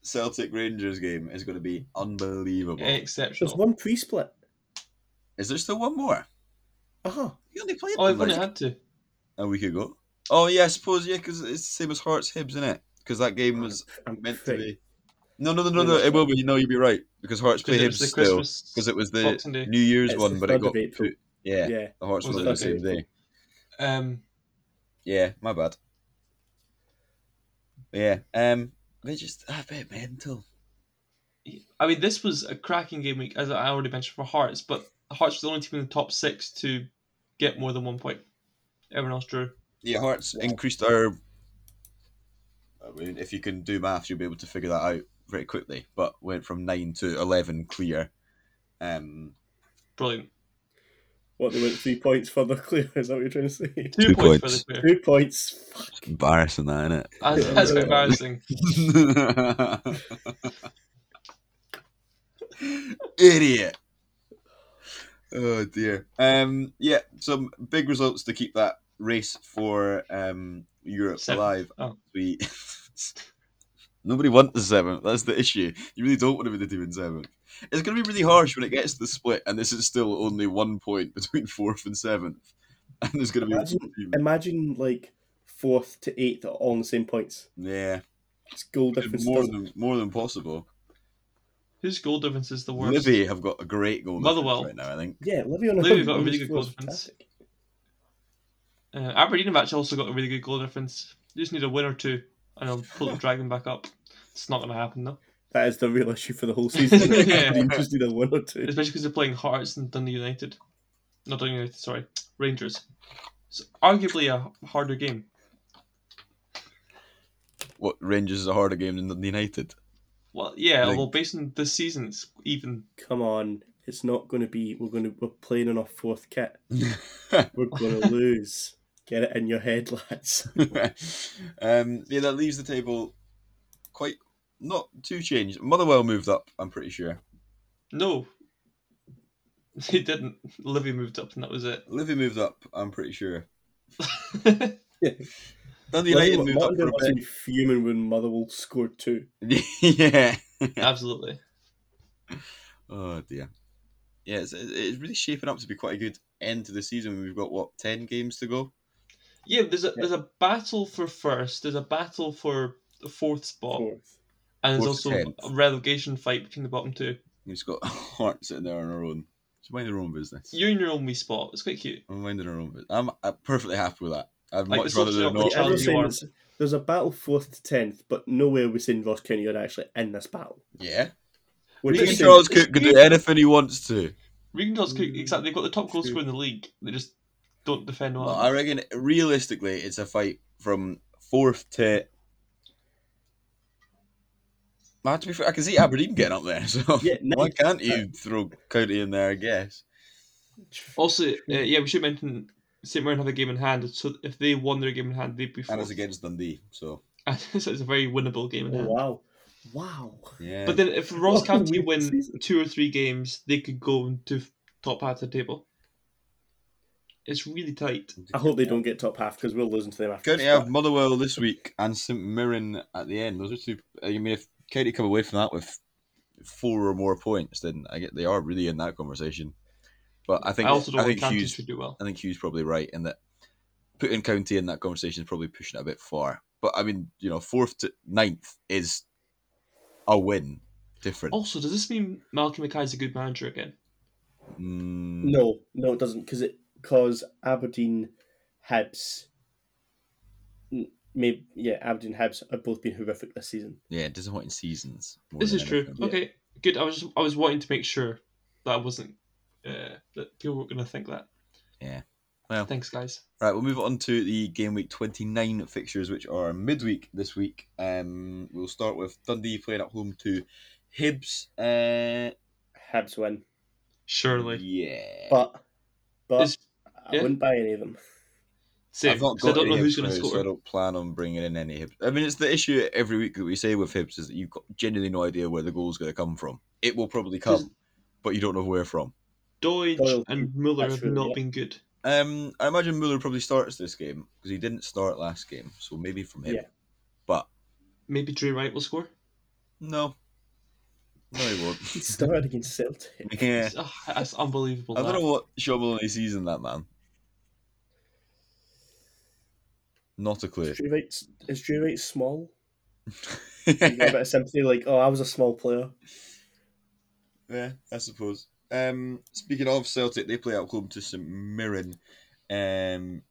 Speaker 1: Celtic Rangers game is going to be unbelievable.
Speaker 3: there's
Speaker 2: Exceptional.
Speaker 3: one pre-split.
Speaker 1: Is there still one more?
Speaker 3: Uh-huh.
Speaker 1: We only played
Speaker 2: Oh, I've
Speaker 1: them,
Speaker 2: only
Speaker 1: like,
Speaker 2: had to.
Speaker 1: a week ago. Oh yeah, I suppose yeah, because it's the same as Hearts Hibs, isn't it? Because that game
Speaker 2: Uh,
Speaker 1: was
Speaker 3: I'm
Speaker 1: meant to
Speaker 3: pretty-
Speaker 1: be. No, no, no, no, no. It will be. No, you'll be right because Hearts play
Speaker 2: Because it
Speaker 1: Hibs
Speaker 2: was the
Speaker 1: still.
Speaker 2: Christmas.
Speaker 1: because it was the
Speaker 2: Boxing Day.
Speaker 1: New Year's
Speaker 3: It's
Speaker 1: one,
Speaker 3: the
Speaker 1: but it
Speaker 3: third
Speaker 1: got
Speaker 3: of April.
Speaker 1: put- yeah,
Speaker 3: Yeah.
Speaker 1: the Hearts
Speaker 2: Was
Speaker 1: one
Speaker 2: it
Speaker 1: on the
Speaker 2: okay?
Speaker 1: same day.
Speaker 2: Um,
Speaker 1: Yeah, my bad. Yeah, um, they just a bit mental.
Speaker 2: I mean, this was a cracking game week, as I already mentioned for Hearts, but Hearts were the only team in the top six to get more than one point. Everyone else drew.
Speaker 1: Yeah, Hearts
Speaker 3: Yeah.
Speaker 1: increased our. I mean, if you can do maths, you'll be able to figure that out very quickly. But went from nine to eleven clear. Um,
Speaker 2: Brilliant.
Speaker 3: What they went three points further clear. Is that what you're trying to say?
Speaker 2: Two,
Speaker 1: Two
Speaker 2: points,
Speaker 1: points.
Speaker 2: for the clear.
Speaker 3: Two points. Fuck.
Speaker 1: embarrassing, that isn't it?
Speaker 2: That's, that's embarrassing.
Speaker 1: Idiot. Oh dear. Um yeah, some big results to keep that race for um Europe
Speaker 2: Seventh.
Speaker 1: alive.
Speaker 2: Oh.
Speaker 1: We Nobody wants the seventh, that's the issue. You really don't want to be the team in seventh. It's gonna be really harsh when it gets to the split and this is still only one point between fourth and seventh. And there's gonna be
Speaker 3: Imagine, imagine like fourth to eighth are all on the same points.
Speaker 1: Yeah.
Speaker 3: It's goal difference.
Speaker 1: More
Speaker 3: doesn't-
Speaker 1: than more than possible.
Speaker 2: Whose goal difference is the worst?
Speaker 1: Libby have got a great goal difference
Speaker 2: Motherwell.
Speaker 1: right now, I think.
Speaker 3: Yeah, Livy on
Speaker 2: Livy got a really good goal difference. Uh, Aberdeen have actually also got a really good goal difference. You just need a win or two, and I'll pull the dragon back up. It's not going to happen though,
Speaker 3: That is the real issue for the whole season.
Speaker 2: Yeah.
Speaker 3: You just need a one or two.
Speaker 2: especially because they're playing Hearts and Dundee United. Not Dundee United, sorry, Rangers. It's arguably a harder game.
Speaker 1: What Rangers is a harder game than Dundee United.
Speaker 2: Well, yeah,
Speaker 1: Like-
Speaker 2: well, based on this season, it's even.
Speaker 3: Come on, it's not going to be. We're going to. We're playing on our fourth kit.
Speaker 1: Um,
Speaker 3: We're going to lose. Get it in your head, lads.
Speaker 1: um, yeah, that leaves the table quite not too changed. Motherwell moved up, I'm pretty sure.
Speaker 2: No. He didn't. Livy moved up, and that was it.
Speaker 1: Livy moved up, I'm pretty sure.
Speaker 2: I
Speaker 1: Dundee United
Speaker 3: Martin-
Speaker 1: moved up
Speaker 3: Martin
Speaker 1: for a
Speaker 3: must be fuming when Motherwell scored two.
Speaker 1: bit. yeah.
Speaker 2: Absolutely.
Speaker 1: Oh dear. Yeah, it's, it's really shaping up to be quite a good end to the season. We've got what ten games to go.
Speaker 2: Yeah, there's a there's a battle for first. There's a battle for the fourth spot,
Speaker 3: Fourth.
Speaker 2: and there's
Speaker 1: fourth
Speaker 2: also
Speaker 1: to tenth.
Speaker 2: a relegation fight between the bottom two.
Speaker 1: We've just got Heart sitting there on our own. She's minding her own business.
Speaker 2: You're in your own wee spot. It's quite cute.
Speaker 1: I'm minding her own business. I'm, uh perfectly happy with that. I'd
Speaker 2: Like,
Speaker 1: much
Speaker 2: it's
Speaker 1: rather
Speaker 2: literally
Speaker 1: than
Speaker 2: up to
Speaker 1: not.
Speaker 2: the
Speaker 3: I'm not
Speaker 2: you
Speaker 3: saying
Speaker 2: are-
Speaker 3: it's- there's a battle fourth to tenth, but nowhere within Ross County are actually in this battle.
Speaker 1: Yeah.
Speaker 3: We're
Speaker 1: Dean
Speaker 3: just saying-
Speaker 1: Charles Cook can do anything he wants to.
Speaker 2: Regan Dot's
Speaker 3: Mm,
Speaker 2: exactly. They've got the top goal
Speaker 3: true.
Speaker 2: scorer in the league. They just don't defend well.
Speaker 1: Well, I reckon realistically, it's a fight from fourth to. Man, to be fair, I can see Aberdeen getting up there, so
Speaker 3: Yeah, no,
Speaker 1: why can't you throw County in there? I guess.
Speaker 2: Also, uh, yeah, we should mention St. Mirren have a game in hand, so if they won their game in hand, they'd be
Speaker 1: And it's
Speaker 2: fourth.
Speaker 1: against Dundee, so
Speaker 2: so it's a very winnable game in
Speaker 3: Oh,
Speaker 2: hand.
Speaker 3: wow, wow.
Speaker 1: yeah.
Speaker 2: But then if Ross
Speaker 3: a
Speaker 2: County
Speaker 3: weird
Speaker 2: win
Speaker 3: season.
Speaker 2: two or three games, they could go into f- top half of the table. It's really tight.
Speaker 3: I hope they don't get top half because we'll losing to them after.
Speaker 1: County
Speaker 3: this,
Speaker 1: have Motherwell this week and St Mirren at the end. Those are two. I mean, if County come away from that with four or more points, then I get they are really in that conversation. But I
Speaker 2: I,
Speaker 1: think
Speaker 2: also don't
Speaker 1: I
Speaker 2: think
Speaker 1: think
Speaker 2: County
Speaker 1: Hughes
Speaker 2: should do well.
Speaker 1: I think Hugh's probably right in that putting County in that conversation is probably pushing it a bit far. But I mean, you know, fourth to ninth is a win different.
Speaker 2: Also, does this mean Malcolm McKay is a good manager again?
Speaker 1: Mm,
Speaker 3: but- No, no, it doesn't because it because Aberdeen, Hibs. n- Maybe yeah, Aberdeen Hibs have both been horrific this season.
Speaker 1: Yeah, disappointing seasons. more
Speaker 2: This
Speaker 1: than
Speaker 2: is true.
Speaker 1: anything.
Speaker 3: Yeah.
Speaker 2: Okay, good. I was just, I was wanting to make sure that I wasn't uh, that people were going to think that.
Speaker 1: Yeah. Well.
Speaker 2: thanks, guys.
Speaker 1: Right, we'll move on to the game week 29 fixtures, which are midweek this week. Um, we'll start with Dundee playing at home to Hibs. Uh,
Speaker 3: Hibs win,
Speaker 2: Surely,
Speaker 1: yeah.
Speaker 3: but but
Speaker 2: It's-
Speaker 3: I
Speaker 2: yeah.
Speaker 3: wouldn't buy any of them.
Speaker 2: same. 'cause I don't
Speaker 1: any
Speaker 2: know who's
Speaker 1: Hibs
Speaker 2: going to
Speaker 1: players, so
Speaker 2: score.
Speaker 1: I don't plan on bringing in any Hibs. I mean, it's the issue every week that we say with Hibs is that you've got genuinely no idea where the goal's going to come from. It will probably
Speaker 2: Because
Speaker 1: come, but you don't know where from.
Speaker 2: Doig
Speaker 3: Doyle,
Speaker 2: and Muller
Speaker 3: that's
Speaker 2: have
Speaker 3: really
Speaker 2: not
Speaker 3: it.
Speaker 2: been good.
Speaker 1: Um, I imagine Muller probably starts this game because he didn't start last game, so maybe from him.
Speaker 3: Yeah.
Speaker 1: But
Speaker 2: Maybe Dre Wright will score.
Speaker 1: no, no, he won't.
Speaker 3: He started against Celtic.
Speaker 1: yeah.
Speaker 2: It's- ah, that's unbelievable.
Speaker 1: I don't
Speaker 2: that.
Speaker 1: know what shovel he sees in that man. Not a clue.
Speaker 3: Is Drew Wright, is Drew Wright small? You got a
Speaker 1: yeah,
Speaker 3: bit of sympathy, like, oh, I was a small player.
Speaker 1: I suppose. Um, speaking of Celtic, they play at home to St Mirren. Um,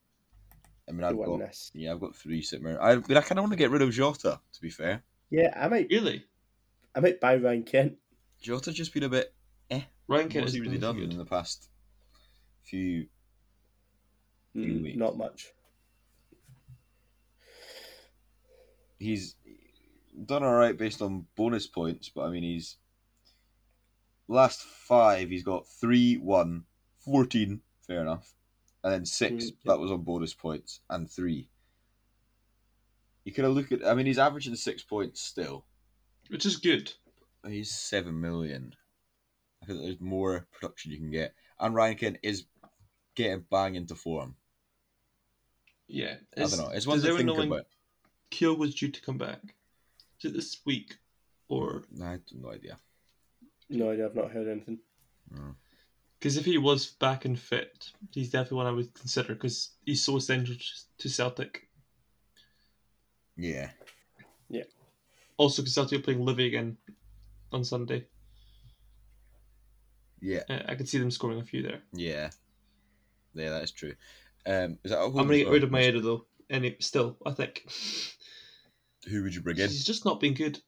Speaker 1: I mean,
Speaker 3: to
Speaker 1: I've
Speaker 3: win
Speaker 1: got
Speaker 3: this.
Speaker 1: yeah, I've got three St Mirren. I, but I kind of want to get rid of Jota. To be fair,
Speaker 3: Yeah, I might,
Speaker 2: Really,
Speaker 3: I might buy Ryan Kent.
Speaker 1: Jota's just been a bit.
Speaker 2: Ryan Kent
Speaker 1: what's
Speaker 2: has
Speaker 1: he really done in
Speaker 2: Good.
Speaker 1: the past few? You
Speaker 3: Mm,
Speaker 1: mean.
Speaker 3: not much.
Speaker 1: He's done all right based on bonus points, but I mean, he's last five. He's got three, one, 14, fair enough, and then six.
Speaker 3: Mm, yeah.
Speaker 1: That was on bonus points and three. You could have looked at. I mean, he's averaging six points still.
Speaker 2: Which is good.
Speaker 1: He's seven million. I think there's more production you can get, and Rankin is getting bang into form.
Speaker 2: Yeah.
Speaker 1: I don't know. It's one to think about.
Speaker 2: Keel was due to come back. Is it this week or
Speaker 1: I have no idea.
Speaker 3: No idea, I've not heard anything.
Speaker 2: because if he was back and fit, he's definitely one I would consider because he's so essential to Celtic.
Speaker 1: Yeah.
Speaker 2: Also, because Celtic are playing Livy again on Sunday,
Speaker 1: Yeah.
Speaker 2: Uh, I could see them scoring a few there.
Speaker 1: Yeah. Yeah, that is true. Um, is that a
Speaker 2: I'm gonna get rid of my Maeda though. Any still, I think
Speaker 1: Who would you bring in?
Speaker 2: he's just not been good.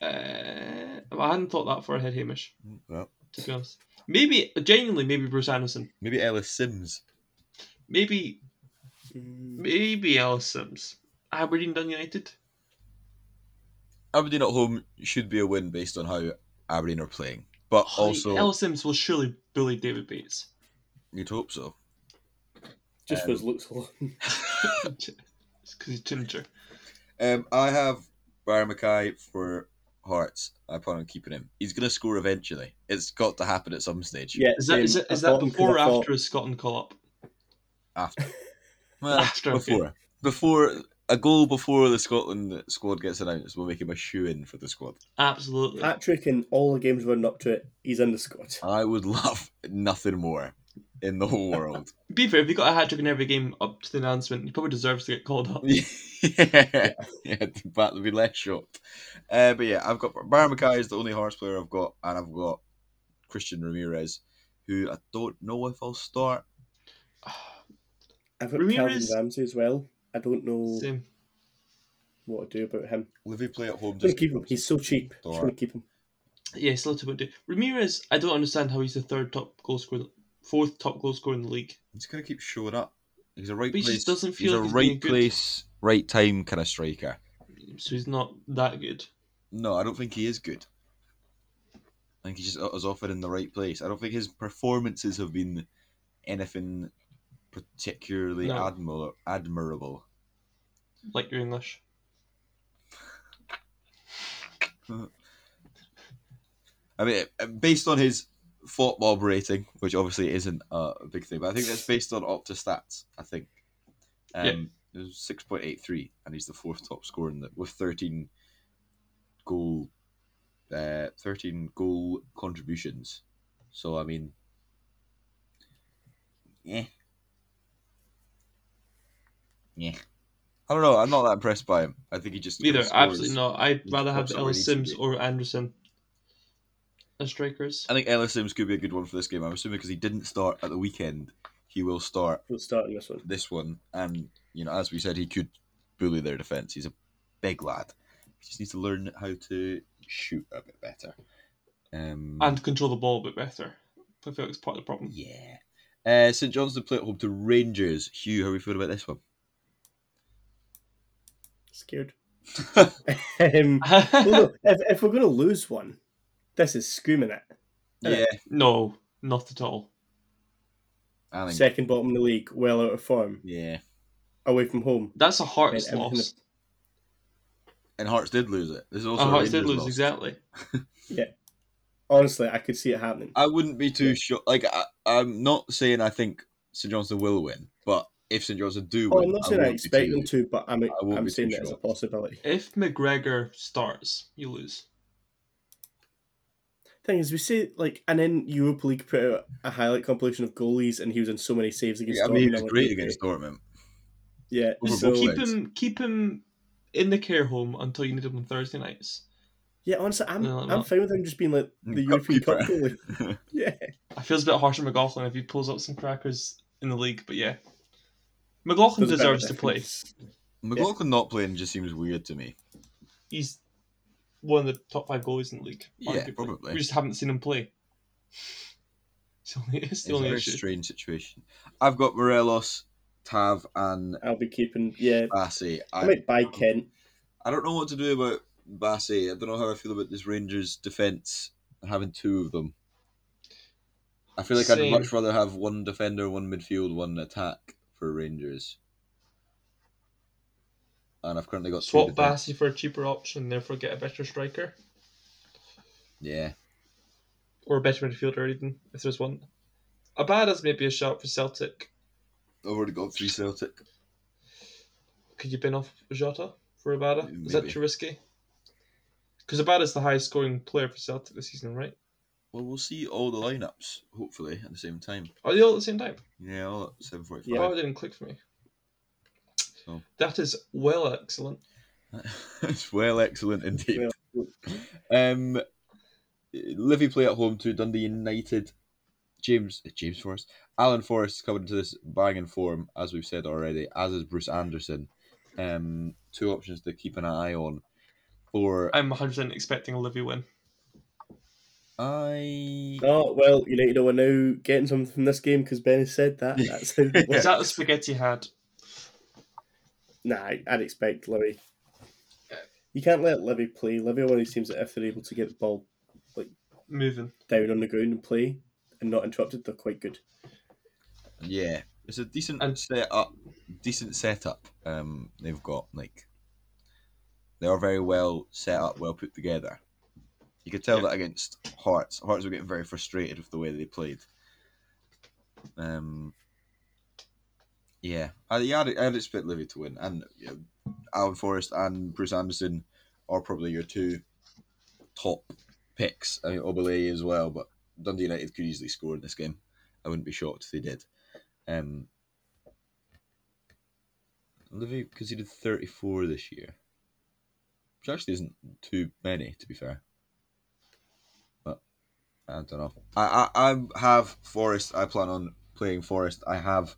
Speaker 2: Uh, I hadn't thought that for a head Hamish.
Speaker 1: Well,
Speaker 2: to be honest. Maybe genuinely, maybe Bruce Anderson,
Speaker 1: maybe Ellis Sims.
Speaker 2: maybe Mm. maybe Alice Sims, Aberdeen Dun United.
Speaker 1: Aberdeen at home should be a win based on how Aberdeen are playing, but also
Speaker 2: Alice Sims will surely bully David Bates.
Speaker 1: you'd hope so.
Speaker 3: Just for
Speaker 1: Um,
Speaker 3: his looks alone.
Speaker 2: because he's ginger.
Speaker 1: Um, I have Brian Mackay for Hearts. I plan on keeping him. He's gonna score eventually. It's got to happen at some stage.
Speaker 3: yeah,
Speaker 2: Is that is,
Speaker 3: same.
Speaker 2: that,
Speaker 3: I
Speaker 2: is
Speaker 3: bought
Speaker 2: that
Speaker 3: him 'cause
Speaker 2: before or
Speaker 3: I thought-
Speaker 2: after a Scotland call up?
Speaker 1: After. Well,
Speaker 2: Ah, After, okay.
Speaker 1: before. Before a goal before the Scotland squad gets announced will make him a shoe in for the squad.
Speaker 2: Absolutely.
Speaker 3: Patrick in all the games running up to it, he's in the squad.
Speaker 1: I would love nothing more in the whole world.
Speaker 2: be fair, if he got a hat trick in every game up to the announcement, he probably deserves to get called up.
Speaker 1: yeah, yeah, that would be less shocked. Uh, but yeah, I've got Byron Mackay is the only Hearts player I've got, and I've got Christian Ramirez, who I don't know if I'll start.
Speaker 2: Ah,
Speaker 3: I've got
Speaker 2: Ramirez-
Speaker 3: Calvin Ramsey as well. I don't know
Speaker 2: Same.
Speaker 3: what to do about him.
Speaker 1: Livy play at home.
Speaker 3: I'm gonna keep him. He's so cheap. Just gonna
Speaker 1: Alright.
Speaker 3: keep him.
Speaker 2: Yeah, still to do. Ramirez, I don't understand how he's the third top goal scorer, fourth top goal scorer in the league.
Speaker 1: He's gonna keep showing up. He's a right
Speaker 2: But he
Speaker 1: place.
Speaker 2: just doesn't
Speaker 1: he's a
Speaker 2: feel like he's being
Speaker 1: right
Speaker 2: good.
Speaker 1: place, right time kind of striker.
Speaker 2: So he's not that good.
Speaker 1: No, I don't think he is good. I think he's just is often in the right place. I don't think his performances have been anything particularly
Speaker 2: No.
Speaker 1: admirable. admirable.
Speaker 2: Like your English.
Speaker 1: I mean, uh, based on his football rating, which obviously isn't uh, a big thing, but I think that's based on Opta stats. I think um, it was six point eight three, and he's the fourth top scorer in the, with thirteen goal, uh, thirteen goal contributions. So I mean, yeah, yeah. I don't know. I'm not that impressed by him. I think he just
Speaker 2: Neither, absolutely
Speaker 1: scores.
Speaker 2: not. I'd
Speaker 1: He
Speaker 2: rather have
Speaker 1: pops up
Speaker 2: Ellis
Speaker 1: when he needs
Speaker 2: Sims
Speaker 1: to be.
Speaker 2: or Anderson as strikers.
Speaker 1: I
Speaker 3: Um,
Speaker 1: think Ellis Sims could be a good one for this game. I'm assuming because he didn't start at the weekend, he will start
Speaker 3: We'll start in this one.
Speaker 1: this one. And you know, as we said, he could bully their defense. He's a big lad. He just needs to learn how to shoot a bit better. Um,
Speaker 2: And control the ball a bit better. I feel like it's part of the problem.
Speaker 1: yeah, uh, St John's to play at home to Rangers. Hugh, how are we feeling about this one?
Speaker 3: Scared. um, well, no, if, if we're gonna lose one, this is screaming it.
Speaker 1: yeah,
Speaker 2: no, not at all.
Speaker 1: I think.
Speaker 3: Second bottom in the league, well out of form,
Speaker 1: Yeah,
Speaker 3: away from home.
Speaker 2: That's a Hearts
Speaker 3: Made everything
Speaker 2: loss.
Speaker 1: and Hearts did lose it. This is also
Speaker 2: A
Speaker 1: a
Speaker 2: Hearts did
Speaker 1: Rangers
Speaker 2: lose,
Speaker 1: loss.
Speaker 2: exactly.
Speaker 3: Honestly, I could see it happening.
Speaker 1: I wouldn't be too
Speaker 3: Yeah.
Speaker 1: sure. Like, I, I'm not saying I think St Johnson will win, but if St Johnson do
Speaker 3: Oh,
Speaker 1: win,
Speaker 3: I'm not
Speaker 1: I
Speaker 3: saying I
Speaker 1: won't be
Speaker 3: expect
Speaker 1: too-
Speaker 3: them to, but I'm
Speaker 1: won't
Speaker 3: I'm
Speaker 1: be
Speaker 3: saying
Speaker 1: too
Speaker 3: that as a
Speaker 1: shocked.
Speaker 3: possibility.
Speaker 2: If McGregor starts, you lose.
Speaker 3: Thing is, we say like, and then Europa League put out a highlight compilation of goalies, and he was in so many saves against.
Speaker 1: Yeah, I mean, he
Speaker 3: Dortmund,
Speaker 1: was
Speaker 3: I'm like,
Speaker 1: great
Speaker 3: okay.
Speaker 1: against Dortmund.
Speaker 3: Yeah,
Speaker 1: Over
Speaker 3: so
Speaker 1: both
Speaker 2: Keep
Speaker 1: legs.
Speaker 2: him, keep him in the care home until you need him on Thursday nights.
Speaker 3: yeah, honestly, I'm
Speaker 2: No, I'm
Speaker 3: I'm
Speaker 2: not.
Speaker 3: fine with him just being like the
Speaker 1: Mm,
Speaker 3: European Cup
Speaker 1: goalkeeper.
Speaker 3: goalie. Yeah,
Speaker 2: I feel it's a bit harsh on McLaughlin if he pulls up some crackers in the league, but yeah. McLaughlin
Speaker 3: Doesn't
Speaker 2: deserves
Speaker 3: matter.
Speaker 2: to play.
Speaker 1: McLaughlin not playing just seems weird to me.
Speaker 2: He's one of the top five goalies in the league.
Speaker 1: Yeah,
Speaker 2: arguably.
Speaker 1: probably.
Speaker 2: We just haven't seen him play. It's, only, it's
Speaker 1: It's
Speaker 2: the
Speaker 1: a
Speaker 2: only
Speaker 1: very
Speaker 2: issue.
Speaker 1: strange situation. I've got Morelos, Tav, and
Speaker 3: I'll be keeping. Yeah,
Speaker 1: Bassey.
Speaker 3: Uh, I
Speaker 1: I,
Speaker 3: might buy Kent.
Speaker 1: I don't know what to do about Bassey. I don't know how I feel about this Rangers defence having two of them. I feel like
Speaker 2: Same.
Speaker 1: I'd much rather have one defender, one midfield, one attack for Rangers. And I've currently got two
Speaker 2: Swap
Speaker 1: defen-
Speaker 2: Bassey for a cheaper option, therefore get a better striker
Speaker 1: Yeah.
Speaker 2: or a better midfielder, even if there's one. Abada's maybe a shout for Celtic.
Speaker 1: I've already got three Celtic.
Speaker 2: Could you bin off Jota for Abada? Is that
Speaker 1: Maybe.
Speaker 2: too risky? Because Abada's the highest scoring player for Celtic this season, right?
Speaker 1: Well, we'll see all the lineups, hopefully, at the same time.
Speaker 2: Are they all at the same time?
Speaker 1: Yeah, all at 7.45.
Speaker 3: Yeah.
Speaker 2: Oh, it didn't click for me.
Speaker 1: Oh.
Speaker 2: That is well excellent.
Speaker 1: it's well excellent indeed.
Speaker 3: Well-
Speaker 1: Um, Livy play at home to Dundee United. James eh, James Forrest, Alan Forrest is coming into this banging form as we've said already. As is Bruce Anderson. Um, two options to keep an eye on. For
Speaker 2: I'm 100% expecting a Livy win.
Speaker 1: I
Speaker 3: Oh well, United are now getting something from this game because Ben has said that. That's how it
Speaker 2: Is
Speaker 3: works.
Speaker 2: that the spaghetti had?
Speaker 3: Nah, I- I'd expect Livy. You can't let Livy play. Livy are one of these teams that if they're able to get the ball
Speaker 2: Moving.
Speaker 3: down on the ground and play and not interrupted, they're quite good.
Speaker 1: yeah, it's a decent
Speaker 2: And-
Speaker 1: set up. Decent setup. Um, they've got like they are very well set up, well put together. You could tell
Speaker 2: Yeah.
Speaker 1: that against Hearts. Hearts were getting very frustrated with the way they played. Uh, Um, yeah, I, yeah, I'd, I'd expect Livy to win, and you know, Alan Forrest and Bruce Anderson are probably your two top picks. I mean, Obelay as well, but Dundee United could easily score in this game. I wouldn't be shocked if they did. Um, Livy conceded 34 this year, which actually isn't too many, to be fair. But I don't know. I, I, I have Forest. I plan on playing Forest. I have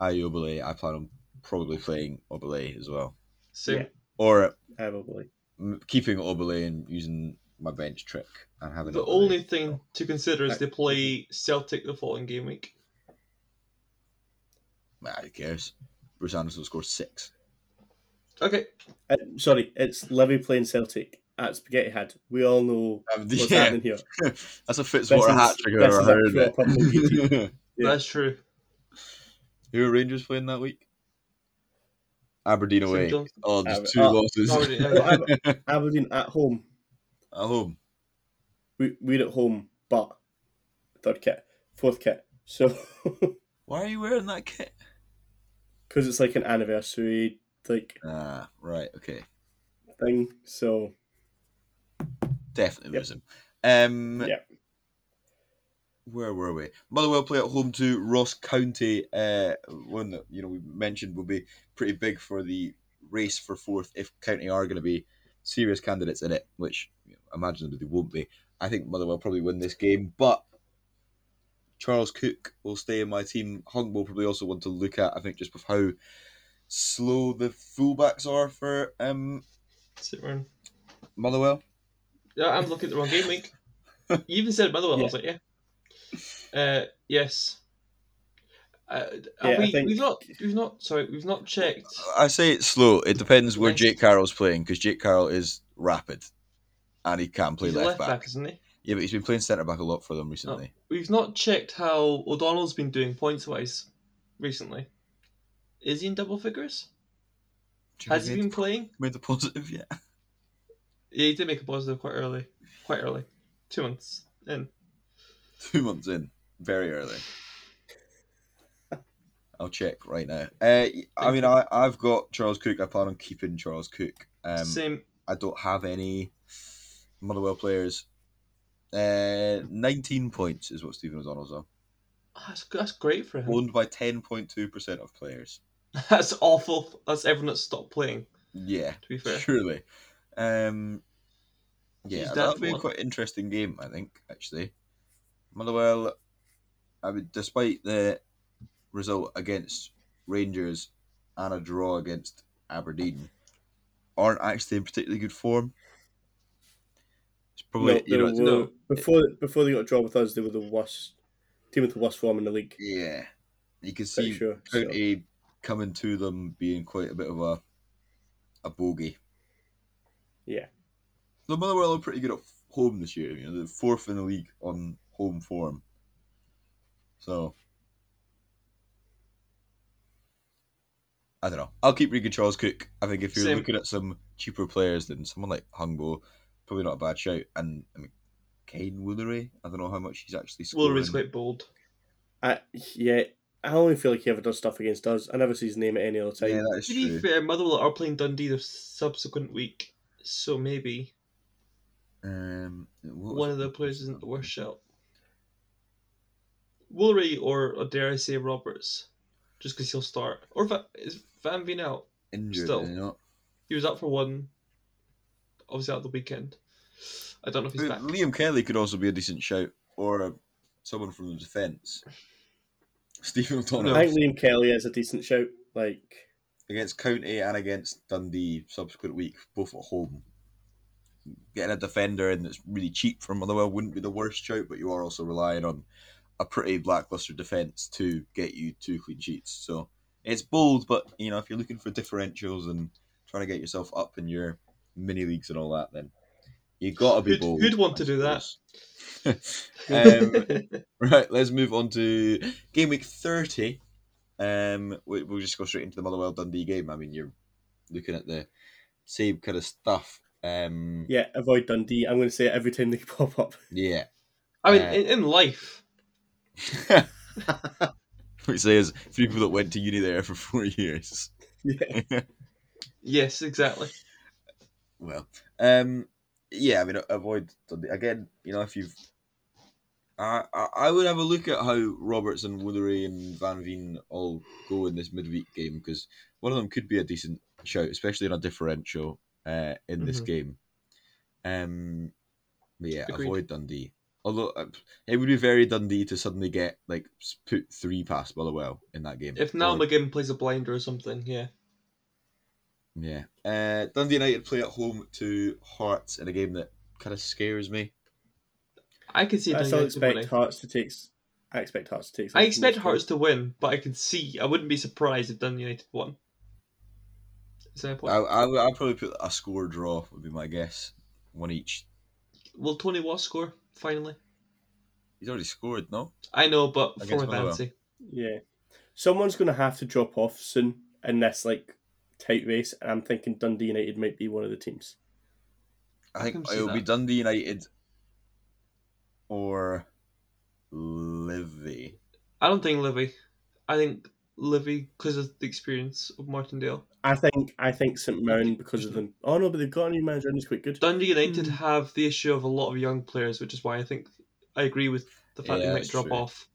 Speaker 1: Ayobele. I plan on probably playing Obele as well.
Speaker 2: Same.
Speaker 3: Yeah.
Speaker 1: Or
Speaker 3: Probably.
Speaker 1: m- keeping Obele and using my bench trick and having
Speaker 2: The
Speaker 1: Obele.
Speaker 2: only thing to consider is they play Celtic the following game week.
Speaker 1: Nah, who cares? Bruce Anderson scored six.
Speaker 2: Okay.
Speaker 3: Uh, sorry, it's Levy playing Celtic at Spaghetti Head. We all know
Speaker 1: Um,
Speaker 3: what's
Speaker 1: yeah.
Speaker 3: happening here.
Speaker 1: That's a Fitzwater
Speaker 3: This is-
Speaker 1: hat trick I've
Speaker 3: this
Speaker 1: ever
Speaker 3: is
Speaker 1: heard.
Speaker 3: actual public
Speaker 1: it.
Speaker 3: Yeah.
Speaker 2: That's true.
Speaker 1: Who are Rangers playing that week? Aberdeen
Speaker 2: St.
Speaker 1: away.
Speaker 2: Johnstone.
Speaker 1: Oh, just two
Speaker 3: Aber- oh,
Speaker 1: losses
Speaker 2: Sorry,
Speaker 3: No,
Speaker 2: yeah.
Speaker 3: Aber- Aberdeen at home.
Speaker 1: at home.
Speaker 3: We, we're at home, but third kit, fourth kit. So,
Speaker 1: Why are you wearing that kit?
Speaker 3: because it's like an anniversary like
Speaker 1: Ah, right, okay.
Speaker 3: thing. So,
Speaker 1: Definitely
Speaker 3: Yep.
Speaker 1: losing. Um,
Speaker 3: Yep.
Speaker 1: Where were we? Motherwell play at home to Ross County, uh, one that you know we mentioned will be pretty big for the race for fourth if County are going to be serious candidates in it, which you know, imaginably they won't be. I think Motherwell probably win this game, but Charles Cook will stay in my team. Hung will probably also want to look at. I think just with how slow the fullbacks are for um,
Speaker 2: Sit round.
Speaker 1: Motherwell.
Speaker 2: Yeah, I'm looking at the wrong game week. You even said Motherwell. I was like, yeah. Uh, yes. Uh, are
Speaker 3: Yeah, I
Speaker 2: we,
Speaker 3: think-
Speaker 2: We've not. We've not. Sorry, we've not checked.
Speaker 1: I say it's slow. It depends where
Speaker 2: Left.
Speaker 1: Jake Carroll's playing because Jake Carroll is rapid, and he can play
Speaker 2: He's a Oh.
Speaker 1: left, back.
Speaker 2: isn't he?
Speaker 1: Yeah, but he's been playing centre back a lot for them recently.
Speaker 2: We've not checked how O'Donnell's been doing points wise recently. Is he in double figures?
Speaker 1: Do you
Speaker 2: Has he
Speaker 1: think
Speaker 2: been playing?
Speaker 1: made the positive yet?
Speaker 2: Yeah, he did make a positive quite early. Quite early. Two months in.
Speaker 1: Two months in, very early. I'll check right now. Uh, I mean, I I've got Charles Cook. I plan on keeping Charles Cook. Um,
Speaker 2: Same.
Speaker 1: I don't have any Motherwell players. Uh, 19 points is what Stephen O'Donnell's on.
Speaker 2: That's, that's great for him.
Speaker 1: Owned by 10.2% of players.
Speaker 2: That's awful. That's everyone that stopped playing,
Speaker 1: Yeah.
Speaker 2: to be fair.
Speaker 1: Surely. Um, yeah,
Speaker 2: He's
Speaker 1: that'll be
Speaker 2: definitely-
Speaker 1: quite interesting game, I think, actually. Motherwell, I mean, despite the result against Rangers and a draw against Aberdeen, aren't actually in particularly good form. It's probably,
Speaker 3: no,
Speaker 1: you know,
Speaker 3: they were-
Speaker 2: no.
Speaker 3: before before they got a draw with us, they were the worst team with the worst form in the league.
Speaker 1: yeah. You can see
Speaker 3: Pretty sure. so-
Speaker 1: County coming to them being quite a bit of a a bogey.
Speaker 3: Yeah.
Speaker 1: The Motherwell are pretty good at home this year. You know, they're fourth in the league on home form. So I don't know. I'll keep reading Charles Cook. I think if you're
Speaker 2: Same.
Speaker 1: looking at some cheaper players than someone like Hungbo, probably not a bad shout. And I mean, Kane Woolery. I don't know how much he's actually scoring.
Speaker 2: Woolery's quite bold.
Speaker 3: I, yeah, I only feel like he ever does stuff against us. I never see his name at any other time.
Speaker 1: Yeah, that is
Speaker 2: To be
Speaker 1: true.
Speaker 2: fair, Motherwell are playing Dundee the subsequent week, so maybe
Speaker 1: Um, what
Speaker 2: one
Speaker 1: was-
Speaker 2: of the players isn't the worst shout. Woolery or, or dare I say Roberts, just because he'll start. Or Va- is Van Veen out?
Speaker 1: injured.
Speaker 2: still.
Speaker 1: You know?
Speaker 2: He was out for one, obviously out the weekend. I don't know if he's back.
Speaker 1: Liam Kelly could also be a decent shout, or uh, someone from the defence. Stephen O'Donnell
Speaker 3: I think Liam Kelly is a decent shout. Like,
Speaker 1: against County and against Dundee subsequent week, both at home. Getting a defender in that's really cheap from Motherwell wouldn't be the worst shout, but you are also relying on a pretty lackluster defence to get you two clean sheets. So it's bold, but you know if you're looking for differentials and trying to get yourself up in your mini leagues and all that, then you gotta be
Speaker 2: Who'd-
Speaker 1: bold.
Speaker 2: who'd want
Speaker 1: I
Speaker 2: to do that?
Speaker 1: suppose. um, Right, let's move on to game week 30. Um, we, we'll just go straight into the Motherwell Dundee game. I mean, you're looking at the same kind of stuff. Um,
Speaker 3: yeah, avoid Dundee. I'm going to say it every time they pop up.
Speaker 1: yeah.
Speaker 2: I mean,
Speaker 1: uh,
Speaker 2: in, in life,
Speaker 1: Which says three people that went to uni there for four years.
Speaker 3: Yeah.
Speaker 2: Yes, exactly.
Speaker 1: Well, um, yeah, I mean, avoid Dundee again. You know, if you've, I, I, I would have a look at how Roberts and Woodery and Van Veen all go in this midweek game because one of them could be a decent shout, especially in a differential uh, in this
Speaker 2: Mhm.
Speaker 1: game. Um, but yeah,
Speaker 2: Agreed.
Speaker 1: avoid Dundee. Although uh, it would be very Dundee to suddenly get like s- put three past Motherwell in that game.
Speaker 2: If
Speaker 1: Or-
Speaker 2: now McGinn plays a blinder or something, yeah.
Speaker 1: Yeah. Uh, Dundee United play at home to Hearts in a game that kind of scares me.
Speaker 2: I can see
Speaker 3: I
Speaker 2: Dundee
Speaker 3: still
Speaker 2: United
Speaker 3: expect
Speaker 2: winning.
Speaker 3: Hearts to take. s- I expect Hearts to
Speaker 2: I
Speaker 3: take. something from
Speaker 2: expect
Speaker 3: this
Speaker 2: Hearts to win, but I can see I wouldn't be surprised if Dundee United won. Is that a
Speaker 1: I,
Speaker 2: point?
Speaker 1: I, would- I'd probably put a score draw, would be my guess. One each.
Speaker 2: Will Tony Watt score finally?
Speaker 1: He's already scored, no?
Speaker 2: I know, but for
Speaker 1: Against
Speaker 2: my
Speaker 1: Motherwell.
Speaker 2: fancy,
Speaker 3: game. Yeah, someone's going to have to drop off soon in this like tight race, and I'm thinking Dundee United might be one of the teams.
Speaker 1: I
Speaker 2: I
Speaker 1: think
Speaker 2: can see
Speaker 1: it'll be
Speaker 2: that.
Speaker 1: Dundee United or Livy.
Speaker 2: I don't think Livy. I think Livy because of the experience of Martindale.
Speaker 3: I think I think St Mirren because of them. Oh no, but they've got a new manager and he's quite good.
Speaker 2: Dundee United
Speaker 3: Hmm.
Speaker 2: have the issue of a lot of young players, which is why I think I agree with the fact
Speaker 1: Yeah,
Speaker 2: they might
Speaker 1: that's
Speaker 2: drop
Speaker 1: true.
Speaker 2: off.